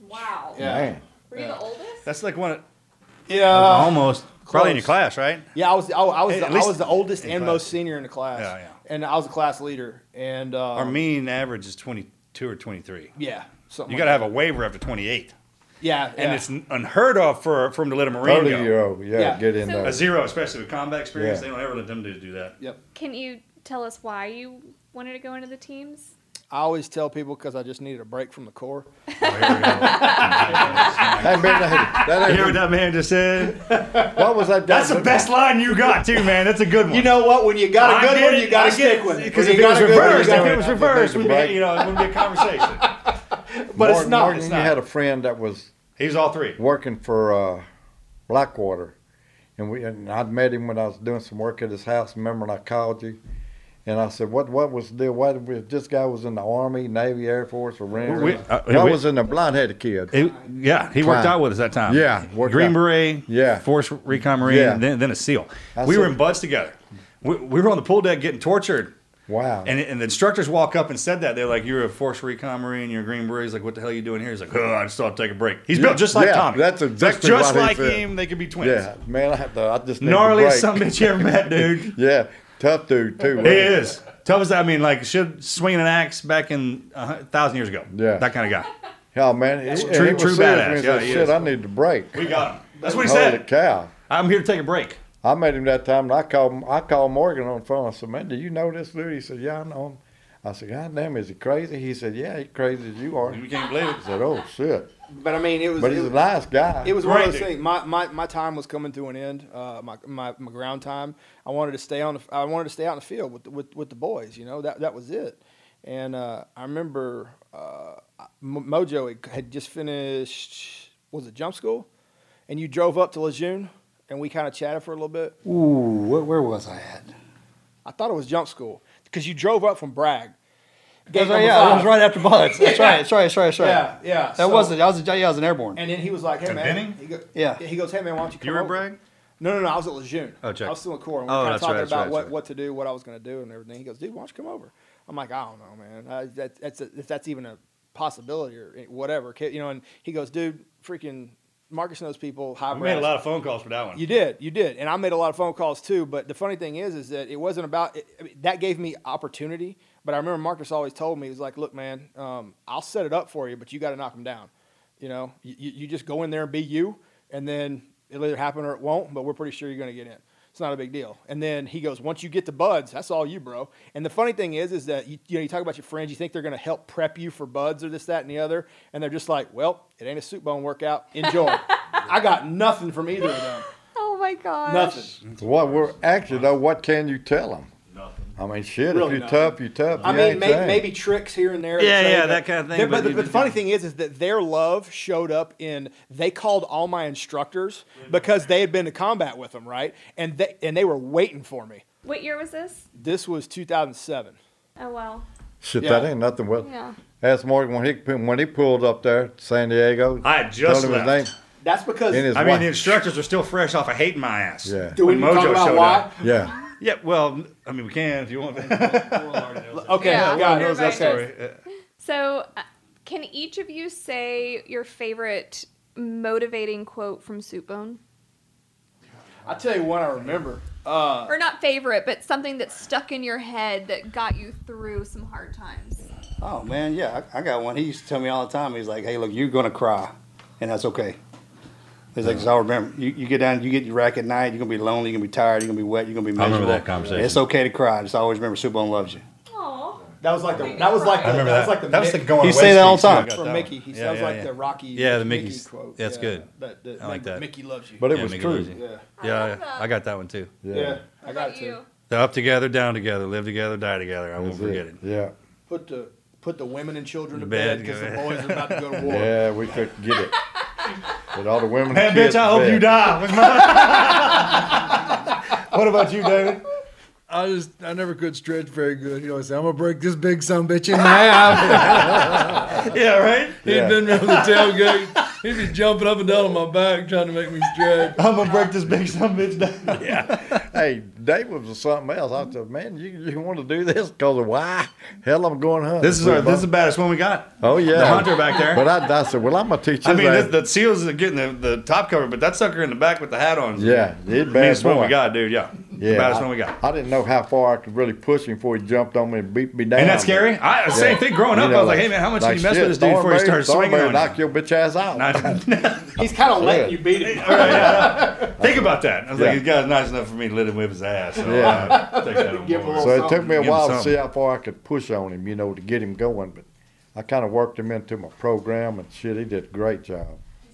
S7: Wow.
S6: Yeah.
S7: Were you the oldest?
S5: That's like one. Of,
S6: Yeah.
S5: almost. Probably in your
S6: Close.
S5: class, right?
S6: Yeah, I was I, I was
S5: At
S6: the, I
S5: least
S6: was the oldest
S5: in
S6: and
S5: class.
S6: most senior in the class.
S5: Yeah, yeah.
S6: And I was a class leader. And uh,
S5: Our mean average is 22 or 23.
S6: Yeah, something
S5: You
S6: like
S5: got to
S6: that.
S5: have a waiver after 28.
S6: Yeah,
S5: And
S6: yeah.
S5: it's unheard of for from to let a Marine
S2: Thirty
S5: go.
S2: year old, yeah, Yeah. get in So- there.
S5: A zero, especially with combat experience.
S2: Yeah.
S5: They don't ever let them dudes do that.
S6: Yep.
S7: Can you tell us why you wanted to go into the teams?
S6: I always tell people because I just needed a break from the core.
S5: Oh, You hear what that man just said?
S2: What was that?
S5: That's the best line you got, too, man. That's a good one. You
S6: know what? When you got a good one, you gotta stick with it.
S5: Because
S6: When
S5: if
S6: you
S5: it was
S6: got a good one, you
S5: reversed, if
S6: gotta-
S5: it was reversed,
S6: Take
S5: we'd
S6: the break.
S5: be, you know, it wouldn't be a conversation. But it's not,
S2: Morgan,
S5: it's
S2: you
S5: not.
S2: had a friend that was.
S5: He was all three.
S2: Working for uh, Blackwater, and we and I'd met him when I was doing some work at his house. Remember, and I called you, and I said, "What? What was the deal? What? was- This guy was in the Army, Navy, Air Force, or Ranger.
S5: We- uh,
S2: I
S5: we-
S2: was in the blonde-headed kid.
S5: He- yeah, he worked
S2: Klein.
S5: out with us that time.
S2: Yeah, worked
S5: Green
S2: out.
S5: Beret.
S2: Yeah.
S5: Force Recon Marine.
S2: Yeah.
S5: Then, then a SEAL.
S2: That's
S5: we were
S2: it.
S5: in buds together. We, we were on the pool deck getting tortured.
S2: Wow.
S5: And, and the instructors walk up and said that they're like, "You're a Force Recon Marine. You're a Green Beret." He's like, "What the hell are you doing here?" He's like, "Oh, I just thought I'd take a break." He's built just like
S2: yeah,
S5: Tommy.
S2: That's exactly
S5: just
S2: what he
S5: like
S2: said.
S5: him. They could be twins.
S2: Yeah, man, I, had to, I just needed a
S5: Gnarliest
S2: break.
S5: son of a bitch you ever met, dude.
S2: yeah, tough dude too.
S5: He is. Tough as I mean, like should swinging an axe back in a hun- thousand years ago.
S2: Yeah.
S5: that kind of guy.
S2: Oh man,
S5: That's
S2: he-
S5: true-
S2: he was
S5: true
S2: serious
S5: badass.
S2: when he
S5: Yeah,
S2: said,
S5: he
S2: Shit,
S5: is.
S2: I need to break.
S5: We got him. That's what he
S2: Holy
S5: said.
S2: cow!
S5: I'm here to take a break.
S2: I met him that time, and I called I called Morgan on the phone. I said, "Man, do you know this dude?" He said, "Yeah, I know him." I said, "God damn, is he crazy?" He said, "Yeah, he's crazy as you are."
S5: You can't believe it.
S2: I said, "Oh shit!"
S6: But I mean, it was.
S2: But he's
S6: it,
S2: a nice guy.
S6: It was one of
S2: Great
S6: those
S2: dude.
S6: things. My, my, my time was coming to an end. Uh, my, my, my ground time. I wanted to stay on. The, I wanted to stay out in the field with the, with, with the boys. You know that that was it. And uh, I remember uh, Mo- Mojo had- had just finished. Was it jump school? And you drove up to Lejeune, and we kind of chatted for a little bit.
S10: Ooh, wh- where was I at?
S6: I thought it was jump school because you drove up from Bragg.
S10: That's right, yeah, that was right after Bullets. That's right, that's right, that's right, that's right.
S6: Yeah, yeah.
S10: That wasn't. I was. A, yeah, I was an airborne.
S6: And then he was like, "Hey
S10: At
S6: man,"
S10: Benning?
S6: he go,
S10: Yeah.
S6: He goes, "Hey man, why don't you come?"
S10: You were
S6: over?"
S10: Bragg?
S6: No, no, no. I was at Lejeune.
S10: Oh, check.
S6: I was still in core. And we
S10: Oh,
S6: were kind of
S10: that's
S6: talking
S10: right, that's
S6: about
S10: right,
S6: what,
S10: that's
S6: what to do, what I was going to do, and everything. He goes, "Dude, why don't you come over?" I'm like, "I don't know, man. I, that, that's a, if that's even a possibility or eh, whatever, Ca- you know." And he goes, "Dude, freaking Marcus knows people. High
S5: We made a lot of phone calls for that one.
S6: you did, you did, and I made a lot of phone calls too. But the funny thing is, is that it wasn't about it, I mean, that gave me opportunity. But I remember Marcus always told me, he was like, "Look, man, um, I'll set it up for you, but you got to knock them down. You know, you, you you just go in there and be you, and then it'll either happen or it won't. But we're pretty sure you're going to get in. It's not a big deal." And then he goes, "Once you get the buds, that's all you, bro." And the funny thing is, is that you, you know you talk about your friends, you think they're going to help prep you for buds or this, that, and the other, and they're just like, "Well, it ain't a soup bone workout. Enjoy." I got nothing from either of them.
S7: Oh my gosh.
S2: So what we're actually though, what can you tell him? Nothing. I mean, shit. if
S6: Really
S2: you're
S6: nothing.
S2: tough, you're tough.
S6: I
S2: You
S6: mean,
S2: ain't
S6: may,
S2: saying.
S6: maybe tricks here and there.
S2: Yeah,
S6: say,
S2: yeah,
S6: but-
S2: that kind of thing,
S6: there-
S2: but
S6: But, the-
S2: you
S6: but the funny thing is, is that their love showed up in they called all my instructors because they had been to combat with them, right? And they and they were waiting for me.
S7: What year was this?
S6: This was 2007.
S7: Oh wow.
S2: Shit,
S6: Yeah.
S2: that ain't nothing. Well,
S7: Yeah.
S2: ask Morgan when he when he pulled up there, to San Diego.
S5: I had just
S2: told him his
S5: left.
S2: name.
S6: That's because
S2: And his
S5: I mean
S2: wife.
S5: the instructors are still fresh off of hating my ass.
S2: Yeah.
S6: Do we need to talk about why?
S2: Yeah.
S5: Yeah. Well, I mean we can if you want.
S6: Okay,
S5: Yeah,
S6: got it.
S5: knows that
S6: Everybody
S5: story.
S6: does.
S5: Uh,
S7: So, uh, can each of you say your favorite motivating quote from Soup Bone?
S6: I tell you one I remember. Uh,
S7: or not favorite, but something that stuck in your head that got you through some hard times.
S10: Oh man, yeah, I, I got one. He used to tell me all the time. He's like, "Hey, look, you're gonna cry, and that's okay." He's like, "Cause I remember you, you get down, you get your rack at night. You're gonna be lonely. You're gonna be tired. You're gonna be wet. You're gonna be
S5: I
S10: miserable."
S5: remember that conversation.
S10: It's okay to cry. Just always remember, Subone loves you.
S6: That was like the that was like
S5: I
S6: the, that,
S5: remember
S6: was
S5: that.
S6: like the
S5: That was
S6: Mick-
S5: the going
S10: He say away that all the speech, time. too. I got
S6: from
S10: that
S6: Mickey. He sounds
S10: one. Yeah, yeah,
S6: like
S10: yeah.
S6: the Rocky.
S5: Yeah, the Mickey's.
S6: Mickey quote.
S5: That's
S6: Yeah,
S5: good.
S6: That, that,
S5: I like that.
S6: Mickey loves you.
S5: But it
S6: Yeah,
S5: was
S6: Mickey
S5: true.
S6: loves you.
S5: Yeah,
S6: Yeah.
S5: yeah, I got that one too.
S6: Yeah, I got it too.
S5: The up together, down together, live together, die together. I won't forget it.
S2: Yeah.
S6: Put the put the women and children to
S5: Bed,
S6: bed because
S5: go
S6: the
S5: ahead.
S6: boys are about to go to war.
S2: Yeah, we could get it. But all the women.
S5: Man,
S2: and kids
S5: bitch, I hope
S2: bad.
S5: you die. Was my-
S8: what about you, David? I just I never could stretch very good. He always said, "I'm gonna break this big son bitch in half."
S5: yeah, right.
S8: He'd been around the tailgate. He be jumping up and down on my back trying to make me stretch.
S9: I'm gonna break this big son bitch down.
S2: Hey, David was something else. I said, man, you, you want to do this? Because why? Hell, I'm going hunting.
S11: This is our, this is the baddest one we got.
S2: Oh yeah,
S11: the hunter back there.
S2: But I, I said, well, I'm gonna teach.
S11: I
S2: his
S11: mean,
S2: ass.
S11: this, the seals are getting the, the top cover, but that sucker in the back with the hat on.
S2: Yeah,
S11: the
S2: it bad
S11: baddest one we
S2: boy.
S11: got, dude. Yeah,
S2: yeah,
S11: the baddest
S2: I,
S11: one we got.
S2: I didn't know how far I could really push him before he jumped on me and beat me down.
S11: that scary? I- same thing growing up, I was like, hey, man, how much did you mess with
S2: shit,
S11: this dude before he started
S2: Thornberry-
S11: swinging
S2: Thornberry
S11: on you?
S2: knock your bitch ass out.
S10: He's kind of letting you beat him.
S11: Think about that. I was
S2: Yeah.
S11: like, this guy's nice enough for me to let him whip his ass. So
S2: Yeah.
S11: yeah, take that on
S10: Give him a
S11: board.
S10: little
S2: So it took me a
S11: Give him
S2: while to
S11: something.
S2: see how far I could push on him, you know, to get him going. But I kind of worked him into my program and shit. He did a great job.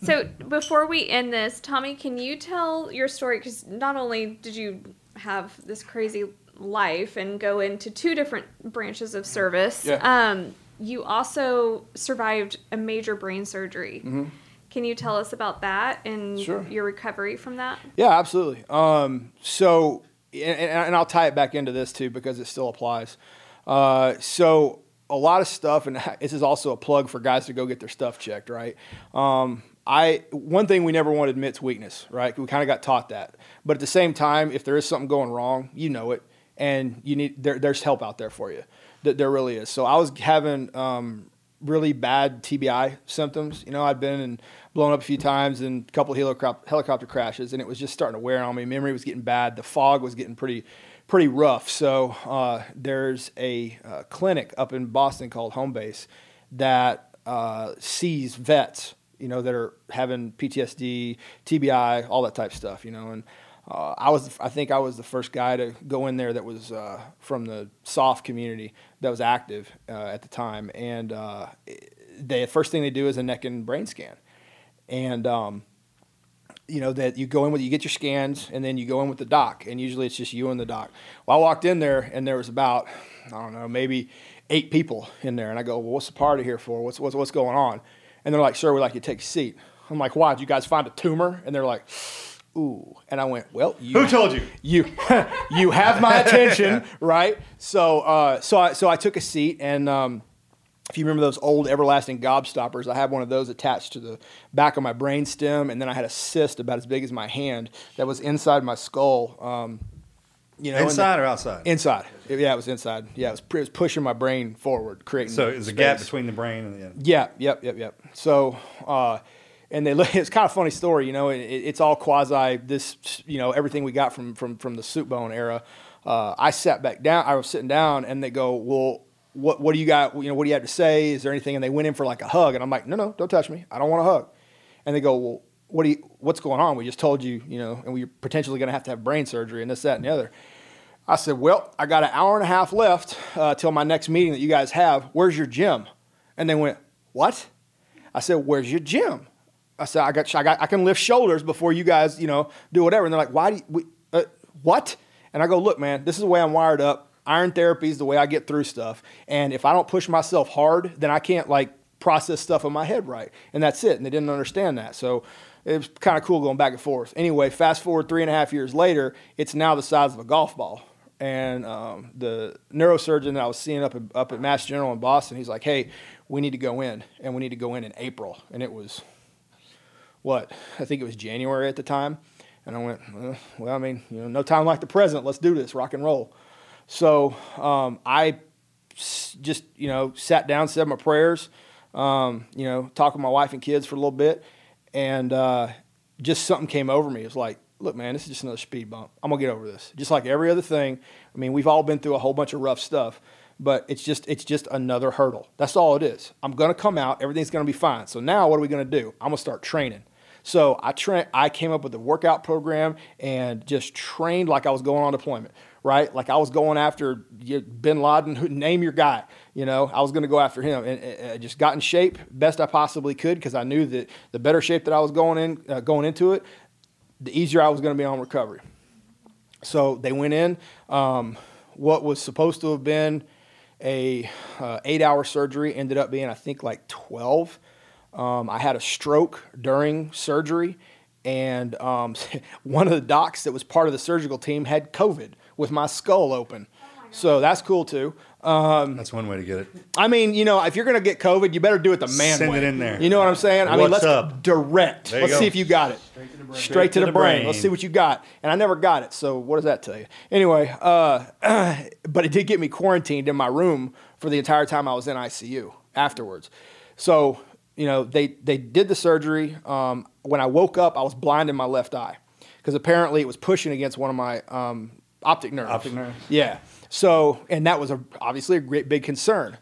S7: So before we end this, Tommy, can you tell your story? Because not only did you have this crazy life and go into two different branches of service,
S13: Yeah.
S7: um, you also survived a major brain surgery.
S5: Mm-hmm.
S10: Mm-hmm.
S7: Can you tell us about that and
S6: Sure.
S7: your recovery from that?
S6: Yeah, absolutely. Um, so, and, and and I'll tie it back into this too because it still applies. Uh, so, a lot of stuff, and this is also a plug for guys to go get their stuff checked, right? Um, I one thing we never want to admit is weakness, right? We kind of got taught that, but at the same time, if there is something going wrong, you know it, and you need there, there's help out there for you. Th- There really is. So I was having um, really bad TBI symptoms. You know, I'd been and blown up a few times and a couple of helicopter helicopter crashes, and it was just starting to wear on me. Memory was getting bad. The fog was getting pretty pretty rough. So uh, there's a uh, clinic up in Boston called Home Base that uh, sees vets. You know, that are having PTSD, TBI, all that type of stuff. You know, and uh, I was, I think I was the first guy to go in there that was uh, from the soft community that was active uh, at the time. And uh, the first thing they do is a neck and brain scan. And, um, you know, that you go in with, you get your scans and then you go in with the doc. And usually it's just you and the doc. Well, I walked in there and there was about, I don't know, maybe eight people in there. And I go, well, what's the party here for? What's, what's, what's going on? And they're like, sir, we'd like you to take a seat. I'm like, why? Did you guys find a tumor? And they're like, ooh. And I went, well, you.
S11: Who told you?
S6: You, you have my attention, right? So, uh, so I, so I took a seat, and um, if you remember those old everlasting gobstoppers, I had one of those attached to the back of my brain stem, and then I had a cyst about as big as my hand that was inside my skull. Um, you know, and
S11: Inside
S6: the-
S11: or outside?
S6: Inside. Yeah, it was inside. Yeah, it was, it was pushing my brain forward, creating.
S11: So it's a gap
S6: space.
S11: between the brain and the end.
S6: Yeah, yep, yep, yep. So, uh, and they look, it's kind of funny story, you know. It, it- it's all quasi this, you know, everything we got from from from the soup bone era. Uh, I sat back down. I was sitting down, and they go, "Well, what what do you got? You know, what do you have to say? Is there anything?" And they went in for like a hug, and I'm like, "No, no, don't touch me. I don't want a hug." And they go, "Well, what do you? What's going on? We just told you, you know, and we're potentially going to have to have brain surgery and this, that, and the other." I said, Well, I got an hour and a half left uh, till my next meeting that you guys have. Where's your gym? And they went, What? I said, Where's your gym? I said, I got, I got, I can lift shoulders before you guys, you know, do whatever. And they're like, Why do you, we, uh, what? And I go, Look, man, this is the way I'm wired up. Iron therapy is the way I get through stuff. And if I don't push myself hard, then I can't like process stuff in my head right. And that's it. And they didn't understand that. So it was kind of cool going back and forth. Anyway, fast forward three and a half years later, it's now the size of a golf ball. And um, the neurosurgeon that I was seeing up at, up at Mass General in Boston, he's like, hey, we need to go in. And we need to go in in April. And it was what I think it was January at the time, and I went, "Uh, well, I mean, you know, no time like the present. Let's do this, rock and roll. So um, I s- just you know sat down, said my prayers, um, you know, talked with my wife and kids for a little bit, and uh, just something came over me. It was like, look, man, this is just another speed bump. I'm gonna get over this. Just like every other thing. I mean, we've all been through a whole bunch of rough stuff, but it's just it's just another hurdle. That's all it is. I'm gonna come out. Everything's gonna be fine. So now what are we gonna do? I'm gonna start training. So I train. I came up with a workout program and just trained like I was going on deployment. Right, like I was going after you- Bin Laden. Who, name your guy. You know, I was going to go after him, and, and I just got in shape best I possibly could because I knew that the better shape that I was going in, uh, going into it, the easier I was going to be on recovery. So they went in. Um, what was supposed to have been a uh, eight-hour surgery ended up being, I think, like twelve. Um, I had a stroke during surgery, and um, one of the docs that was part of the surgical team had COVID with my skull open. So that's cool too. Um,
S11: that's one way to get it.
S6: I mean, you know, if you're gonna get COVID, you better do it the man
S11: Send
S6: way.
S11: it in there.
S6: You know what I'm saying? I mean,
S11: What's
S6: let's
S11: up?
S6: direct.
S11: There you
S6: let's
S11: go.
S6: see if you got it. Straight to the brain. Let's see what you got. And I never got it. So what does that tell you? Anyway, uh, but it did get me quarantined in my room for the entire time I was in ICU afterwards. So you know, they they did the surgery. Um, when I woke up, I was blind in my left eye because apparently it was pushing against one of my um, optic nerves.
S11: Optic nerves.
S6: Yeah. So, and that was a, obviously a great big concern.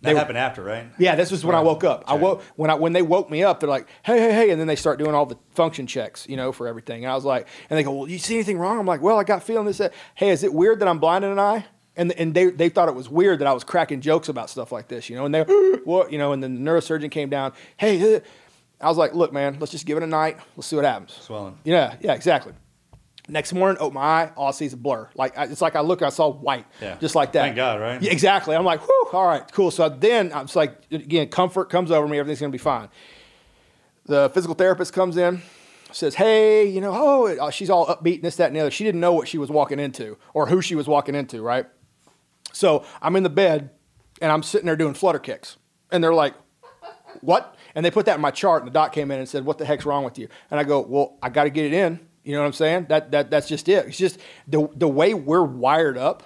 S11: That
S6: They-
S11: happened after, right?
S6: Yeah, this was when I woke up. I woke when I when they woke me up. They're like, "Hey, hey, hey!" And then they start doing all the function checks, you know, for everything. And I was like, and they go, "Well, you see anything wrong?" I'm like, "Well, I got feeling this." That. Hey, is it weird that I'm blind in an eye? And and they they thought it was weird that I was cracking jokes about stuff like this, you know. And they, what, you know, and then the neurosurgeon came down. Hey, uh," I was like, "Look, man, let's just give it a night. Let's see what happens."
S11: Swelling.
S6: Yeah, yeah, exactly. Next morning, open my eye, all I see is a blur. Like I- it's like I look, I saw white,
S11: Yeah.
S6: just like that.
S11: Thank God, right?
S6: Yeah, exactly. I'm like, whew, all right, cool. So then I'm just like, again, comfort comes over me. Everything's gonna be fine. The physical therapist comes in, says, hey, you know, oh, it- oh, she's all upbeat, and this, that, and the other. She didn't know what she was walking into or who she was walking into, right? So I'm in the bed and I'm sitting there doing flutter kicks, and they're like, what? And they put that in my chart, and the doc came in and said, "What the heck's wrong with you?" And I go, "Well, I got to get it in." You know what I'm saying? That that that's just it. It's just the the way we're wired up.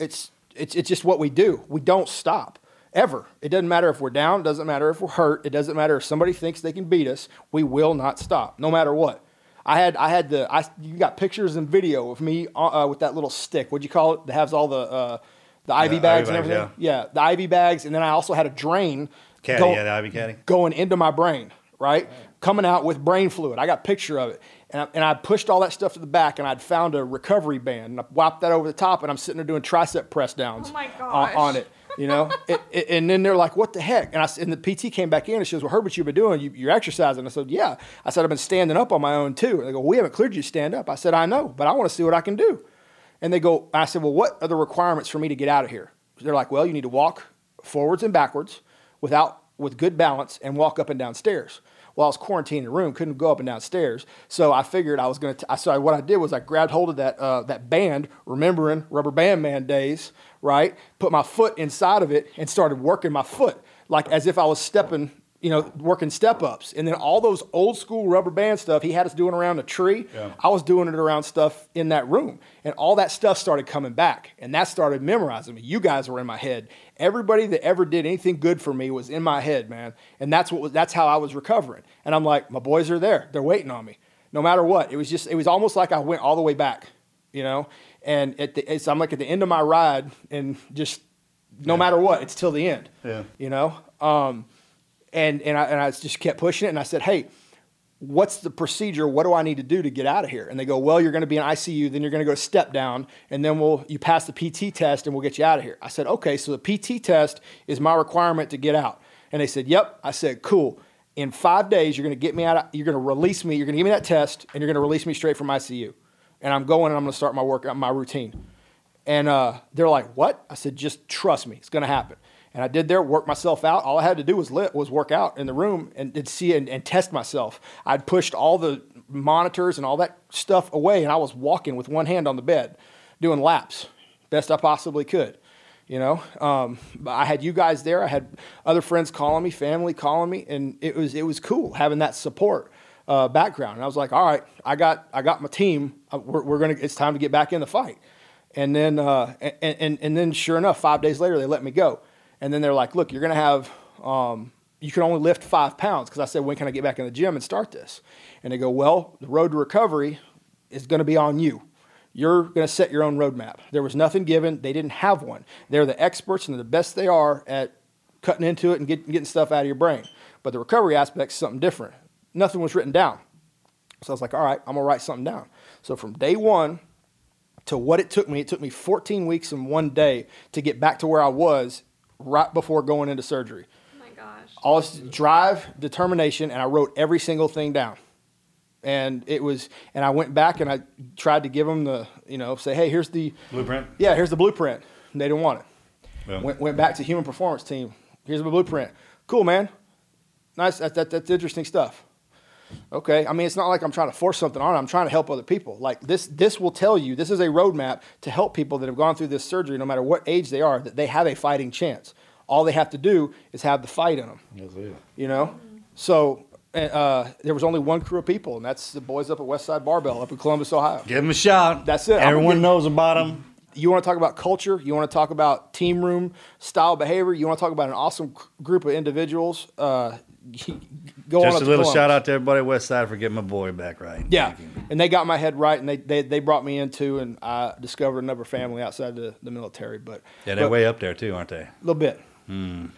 S6: It's it's it's just what we do. We don't stop ever. It doesn't matter if we're down. It doesn't matter if we're hurt. It doesn't matter if somebody thinks they can beat us. We will not stop, no matter what. I had I had the I you got pictures and video of me uh, uh, with that little stick. What'd you call it? That has all the uh, the
S11: Yeah,
S6: IV
S11: IV
S6: bags and
S11: bags,
S6: everything. Yeah. the IV bags, and then I also had a drain.
S11: Caddy,
S6: go-
S11: yeah, the Ivy Caddy.
S6: going into my brain, right? Coming out with brain fluid. I got a picture of it. And I, and I pushed all that stuff to the back and I'd found a recovery band and I wiped that over the top and I'm sitting there doing tricep press downs
S13: Oh my
S6: on, on it. You know, It- it- and then they're like, "What the heck?" And I s- and the PT came back in and she goes, "Well, heard what you've been doing. You, you're exercising." I said, "Yeah." I said, "I've been standing up on my own too." And they go, "We haven't cleared you to stand up." I said, "I know, but I want to see what I can do." And they go, I said, well, what are the requirements for me to get out of here? They're like, well, you need to walk forwards and backwards without with good balance and walk up and down stairs. Well, I was quarantined in the room, couldn't go up and down stairs. So I figured I was going to, so I- what I did was I grabbed hold of that, uh, that band, remembering rubber band man days, right? Put my foot inside of it and started working my foot, like as if I was stepping, you know, working step ups. And then all those old school rubber band stuff he had us doing around a tree,
S11: Yeah.
S6: I was doing it around stuff in that room, and all that stuff started coming back, and that started memorizing me. You guys were in my head. Everybody that ever did anything good for me was in my head, man, and that's what was, that's how I was recovering. And I'm like, my boys are there. They're waiting on me, no matter what. It was just it was almost like I went all the way back, you know. And at the, it's, I'm like at the end of my ride, and just no matter what, it's till the end
S11: Yeah.
S6: you know um, and and I, and I just kept pushing it and i said hey what's the procedure what do i need to do to get out of here and they go well you're going to be in icu then you're going to go step down and then we'll you pass the pt test and we'll get you out of here i said okay so the pt test is my requirement to get out and they said yep i said cool in five days you're going to get me out of, you're going to release me you're going to give me that test and you're going to release me straight from icu and i'm going and i'm going to start my work my routine and uh, they're like, "What?" I said, "Just trust me. It's going to happen." And I did there, work myself out. All I had to do was lit, was work out in the room and, and see and, and test myself. I'd pushed all the monitors and all that stuff away, and I was walking with one hand on the bed, doing laps, best I possibly could. You know, um, but I had you guys there. I had other friends calling me, family calling me, and it was it was cool having that support uh, background. And I was like, all right, I got I got my team. Uh, We're, we're gonna. It's time to get back in the fight. And then, uh, and, and, and then sure enough, five days later, they let me go. And then they're like, look, you're going to have, um, you can only lift five pounds. Cause I said, when can I get back in the gym and start this? And they go, well, the road to recovery is going to be on you. You're going to set your own roadmap. There was nothing given. They didn't have one. They're the experts and they're the best they are at cutting into it and get, getting stuff out of your brain. But the recovery aspect's something different. Nothing was written down. So I was like, all right, I'm going to write something down. So from day one, to what it took me. It took me 14 weeks and one day to get back to where I was right before going into surgery. Oh my gosh. All this drive, determination, and I wrote every single thing down. And it was, and I went back and I tried to give them the, you know, say, hey, here's the
S11: Blueprint.
S6: Yeah, here's the blueprint. And they didn't want it.
S11: Yeah.
S6: Went, went back to human performance team. Here's my blueprint. Cool, man. Nice. That, that, that's interesting stuff. Okay, I mean, it's not like I'm trying to force something on. I'm trying to help other people. Like this, this will tell you this is a roadmap to help people that have gone through this surgery, no matter what age they are, that they have a fighting chance. All they have to do is have the fight in them.
S2: That's it.
S6: You know, so uh, uh, there was only one crew of people, and that's the boys up at Westside Barbell up in Columbus, Ohio.
S5: Give them a shout.
S6: Uh, That's it.
S5: Everyone knows
S14: about them.
S6: You want to talk about culture? You want to talk about team room style behavior? You want to talk about an awesome c- group of individuals? Uh, go on up
S5: Just
S6: to
S5: a little
S6: Columbus.
S5: shout out to everybody at West Side for getting my boy back right.
S6: Yeah, and they got my head right, and they, they, they brought me into, and I discovered another family outside the, the military. But
S5: Yeah, they're
S6: but-
S5: way up there too, aren't they?
S6: a little bit.
S11: Hmm.
S5: Mm.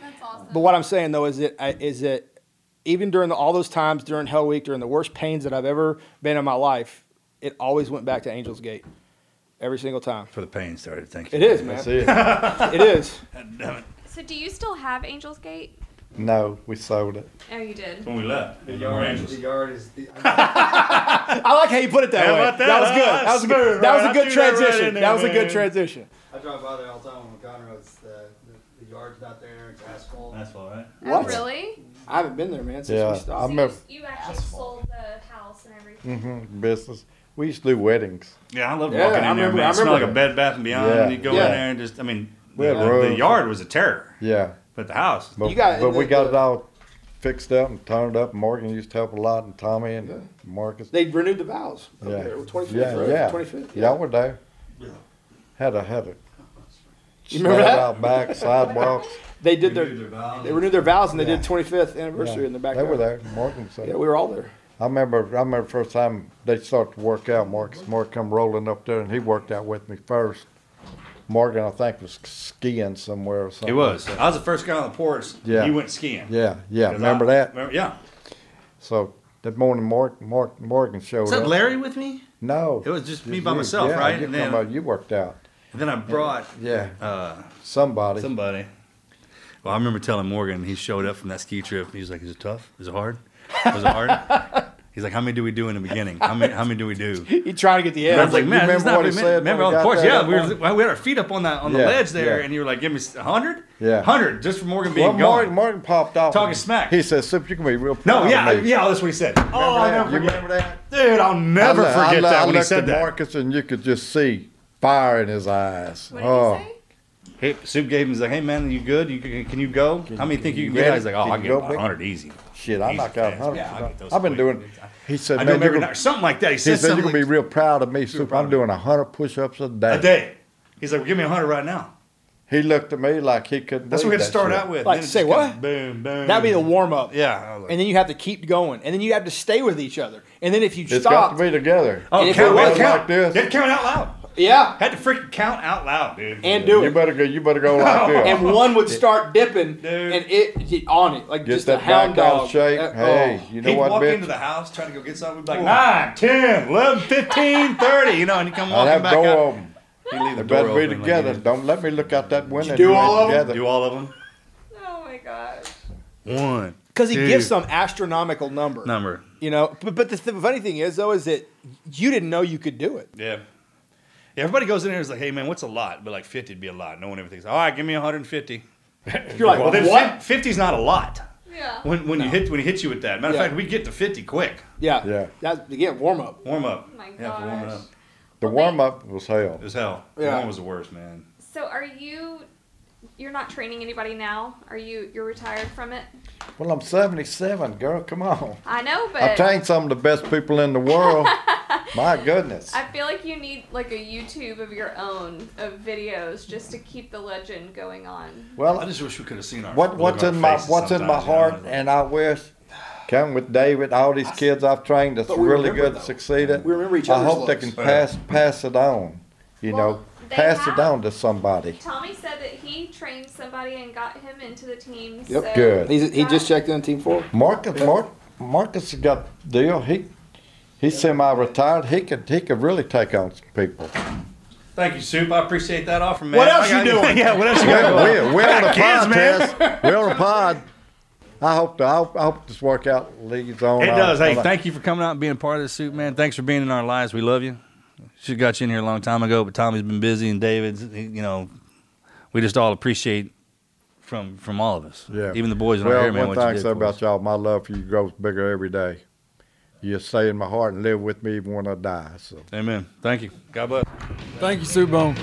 S6: But what I'm saying though is that I- is that even during the, all those times during Hell Week, during the worst pains that I've ever been in my life, it always went back to Angel's Gate every single time.
S5: For the pain started, thank
S6: It is, man. it is.
S7: So, do you still have Angel's Gate?
S2: No, we sold it.
S7: Oh, you did.
S5: When we left.
S2: The yard- the
S6: yard is. The, I like how you put it that
S2: How
S6: way.
S2: about that?
S6: that was
S2: Huh?
S6: good.
S2: That's
S6: That was a
S2: smooth,
S6: good. That was
S2: right?
S6: a good
S2: I threw that right
S6: transition.
S2: in there,
S6: that was a
S2: man.
S6: good transition.
S10: I drive by there all the time on Conrad's. The, the, the yard's not there. It's asphalt.
S5: Asphalt, right?
S10: Oh,
S6: What?
S7: Oh, really?
S6: I haven't been there, man. Since
S2: Yeah,
S6: we stopped.
S2: I remember-
S7: You actually sold the house and everything.
S2: hmm business. We used to do weddings.
S5: Yeah, I loved
S2: Yeah,
S5: walking in
S2: I remember-
S5: there,
S2: I
S5: man. It smelled like
S2: remember
S5: a Bed Bath and Beyond.
S2: Yeah.
S5: You go
S2: Yeah.
S5: in there and just, I mean,
S2: We had
S5: the- the
S2: roads.
S5: yard was a terror.
S2: Yeah.
S5: But the house,
S2: But, but we got it all fixed up and toned up. Morgan used to help a lot, and Tommy and Marcus.
S6: They renewed the vows. up
S2: yeah.
S6: there, 25th,
S2: yeah,
S6: right?
S2: yeah,
S6: 25th,
S2: yeah. Y'all were there. Had a had a.
S6: You remember
S2: slab
S6: that?
S2: Out back sidewalks.
S6: They did their, they renewed their vows and they did 25th anniversary
S2: Yeah,
S6: in the back.
S2: They were there. Morgan said.
S6: Yeah, we were all there.
S2: I remember. I remember the first time they started to work out. Marcus Mark come rolling up there, and he worked out with me first. Morgan, I think, was skiing somewhere or something.
S5: it was. I was the first guy on the porch.
S2: Yeah.
S5: You went skiing.
S2: Yeah, yeah.
S5: 'Cause
S2: Remember
S5: I-
S2: that?
S5: remember- yeah.
S2: So that morning, Mark, Mark Morgan showed
S5: Was
S2: up.
S5: that Larry with me?
S2: No,
S5: It was just me
S2: you.
S5: by myself,
S2: yeah,
S5: right?
S2: You,
S5: And
S2: come
S5: then-
S2: out, you worked out.
S5: And then I brought
S2: Yeah.
S5: uh,
S2: somebody.
S5: Somebody. Well, I remember telling Morgan he showed up from that ski trip. He was like, "Is it tough? Is it hard? Was it hard?" He's like, "How many do we do in the beginning? How many? How many do we do?"
S6: He tried to get the
S5: And
S6: edge.
S5: I was like, "Man, it's not what he meant. Remember,
S6: when
S5: of
S6: he got
S5: course,
S6: there?
S5: yeah. We, were, we had our feet up on that on the
S2: Yeah,
S5: ledge there,
S2: yeah.
S5: and you were like, "Give me hundred,
S2: Yeah.
S5: hundred, just for Morgan being
S2: Well,
S5: gone."
S2: Morgan, Morgan popped off.
S5: Talking smack.
S2: He said, "Sip, you can be real."
S5: No,
S2: proud
S5: yeah,
S2: of me."
S5: yeah, that's what he said. oh, I
S2: that?
S5: never
S2: You
S5: forget.
S2: remember that,
S5: dude. I'll never
S2: I lo- I
S5: forget
S2: lo-
S5: that
S2: I
S5: when he
S2: looked
S5: said
S2: at
S5: that.
S2: Marcus, and you could just see fire in his eyes.
S5: What did he
S2: oh,
S5: Hey, Soup gave him. He's like, "Hey, man, you good? You can, can you go? How many think you can get?" I was like, "Oh, I
S2: can
S5: get
S2: go,
S5: about
S2: Vic?
S5: hundred easy."
S2: Shit, I
S5: Easy
S2: knock out
S5: fast.
S2: hundred.
S5: Yeah, I get those
S2: I've been
S5: quick.
S2: doing. He said,
S5: I do
S2: "Man,
S5: them every
S2: you're
S5: night,"
S2: gonna,
S5: or something like that. He said
S2: "You're
S5: something
S2: gonna be real proud of me, Soup. I'm doing hundred push-ups a day.
S5: A day. He's like, "Give me hundred right now."
S2: He looked at me like he couldn't.
S5: That's what we
S2: believe
S5: had to start
S2: that shit.
S5: out with.
S6: Like,
S5: Then it
S6: say
S5: just
S6: what?
S5: kinda Boom, boom.
S6: That'd be the warm up.
S5: Yeah.
S6: And then you have to keep going. And then you have to stay with each other. And then if you
S2: It's got
S6: stop,
S2: to be together.
S6: Oh,
S2: If
S6: count,
S2: it was
S6: count.
S2: like this,
S5: Did count out loud.
S6: yeah.
S5: Had to freaking count out loud, dude.
S6: And do
S2: you
S6: it.
S2: better go. You better go like this.
S6: and one would start dipping and it, it- on it like
S2: Get
S6: just a
S2: that
S6: hound
S2: back out
S6: dog.
S2: shape.
S6: Uh,
S2: Hey, you know
S5: He'd
S2: what,
S5: walk
S2: bitch?
S5: into the house trying to go get something. We'd be like,
S2: Ooh.
S5: 9, 10, 11, 15, 30, you know, and he'd come
S2: I'd
S5: walking
S2: have
S5: back
S2: door
S5: out.
S2: open.
S5: He'd leave the
S2: They better
S5: door
S2: be
S5: open, like,
S2: together.
S5: you-
S2: Don't let me look out that window.
S5: do
S2: and
S5: all
S2: ain't
S5: of 'em?
S2: together.
S5: Do all of them?
S7: Oh my gosh.
S5: One.
S6: Because he
S5: two,
S6: gives some astronomical number.
S5: Number.
S6: You know, but, but the th- funny thing is though is that you didn't know you could do it.
S5: Yeah. Yeah, everybody goes in there and is like, hey, man, what's a lot? But like 50 would be a lot. No one ever thinks, all right, give me 150.
S6: You're like,
S5: then
S6: "What?"
S5: 50's not a lot.
S7: Yeah.
S5: When, when you hit when he hits you with that. Matter of
S6: Yeah.
S5: fact, we get to 50 quick.
S6: Yeah.
S2: Yeah.
S6: That again, warm up.
S5: Warm up.
S7: Oh my
S5: Yeah, for warming
S7: gosh.
S5: up.
S2: The warm up was hell.
S5: It was hell.
S2: Yeah.
S5: Yeah. One was the worst, man.
S7: So, are you? You're not training anybody now. Are you? You're retired from it.
S2: Well, I'm 77, girl. Come on.
S7: I know, but
S2: I trained some of the best people in the world. My goodness.
S7: I feel like you need like a YouTube of your own of videos just to keep the legend going on.
S2: Well,
S5: I just wish we could have seen our
S2: What what's
S5: our
S2: in my
S5: faces
S2: what's in my
S5: sometimes, you know?
S2: heart, and I wish. Come with David, all these kids I've trained that's
S6: But we
S2: really
S6: remember,
S2: good, succeeded.
S6: We remember each
S2: I
S6: other's
S2: hope they can
S6: looks.
S2: pass pass it on, you know,
S7: they
S2: pass
S7: have.
S2: it on to somebody.
S7: Tommy said that he trained somebody and got him into the team.
S2: Yep.
S7: so
S2: Good.
S6: He's, he just checked in team four.
S2: Marcus, Mark, Marcus has got deal. He he's semi-retired. He could he could really take on some people.
S5: Thank you, Soup. I appreciate that offer, man.
S2: What else
S5: I
S2: you doing?
S5: yeah, what else you
S2: We're,
S5: got
S2: we're,
S5: going
S2: we're
S5: I
S2: on a
S5: got kids, man.
S2: podcast. We're on a pod. I hope to, I hope, I hope this workout leads on.
S5: It does.
S2: I-
S5: Hey,
S2: I-
S5: thank you for coming out and being part of the soup, man. Thanks for being in our lives. We love you. Should have got you in here a long time ago, but Tommy's been busy and David's. You know, we just all appreciate from from all of us.
S2: Yeah.
S5: even the boys in
S2: well,
S5: our hair,
S2: one
S5: man. what you
S2: thing I
S5: did
S2: say
S5: for us.
S2: about y'all, my love for you grows bigger every day. you stay in my heart and live with me even when I die. So.
S5: Amen. Thank you. God bless.
S8: Thank you, Sue Bone.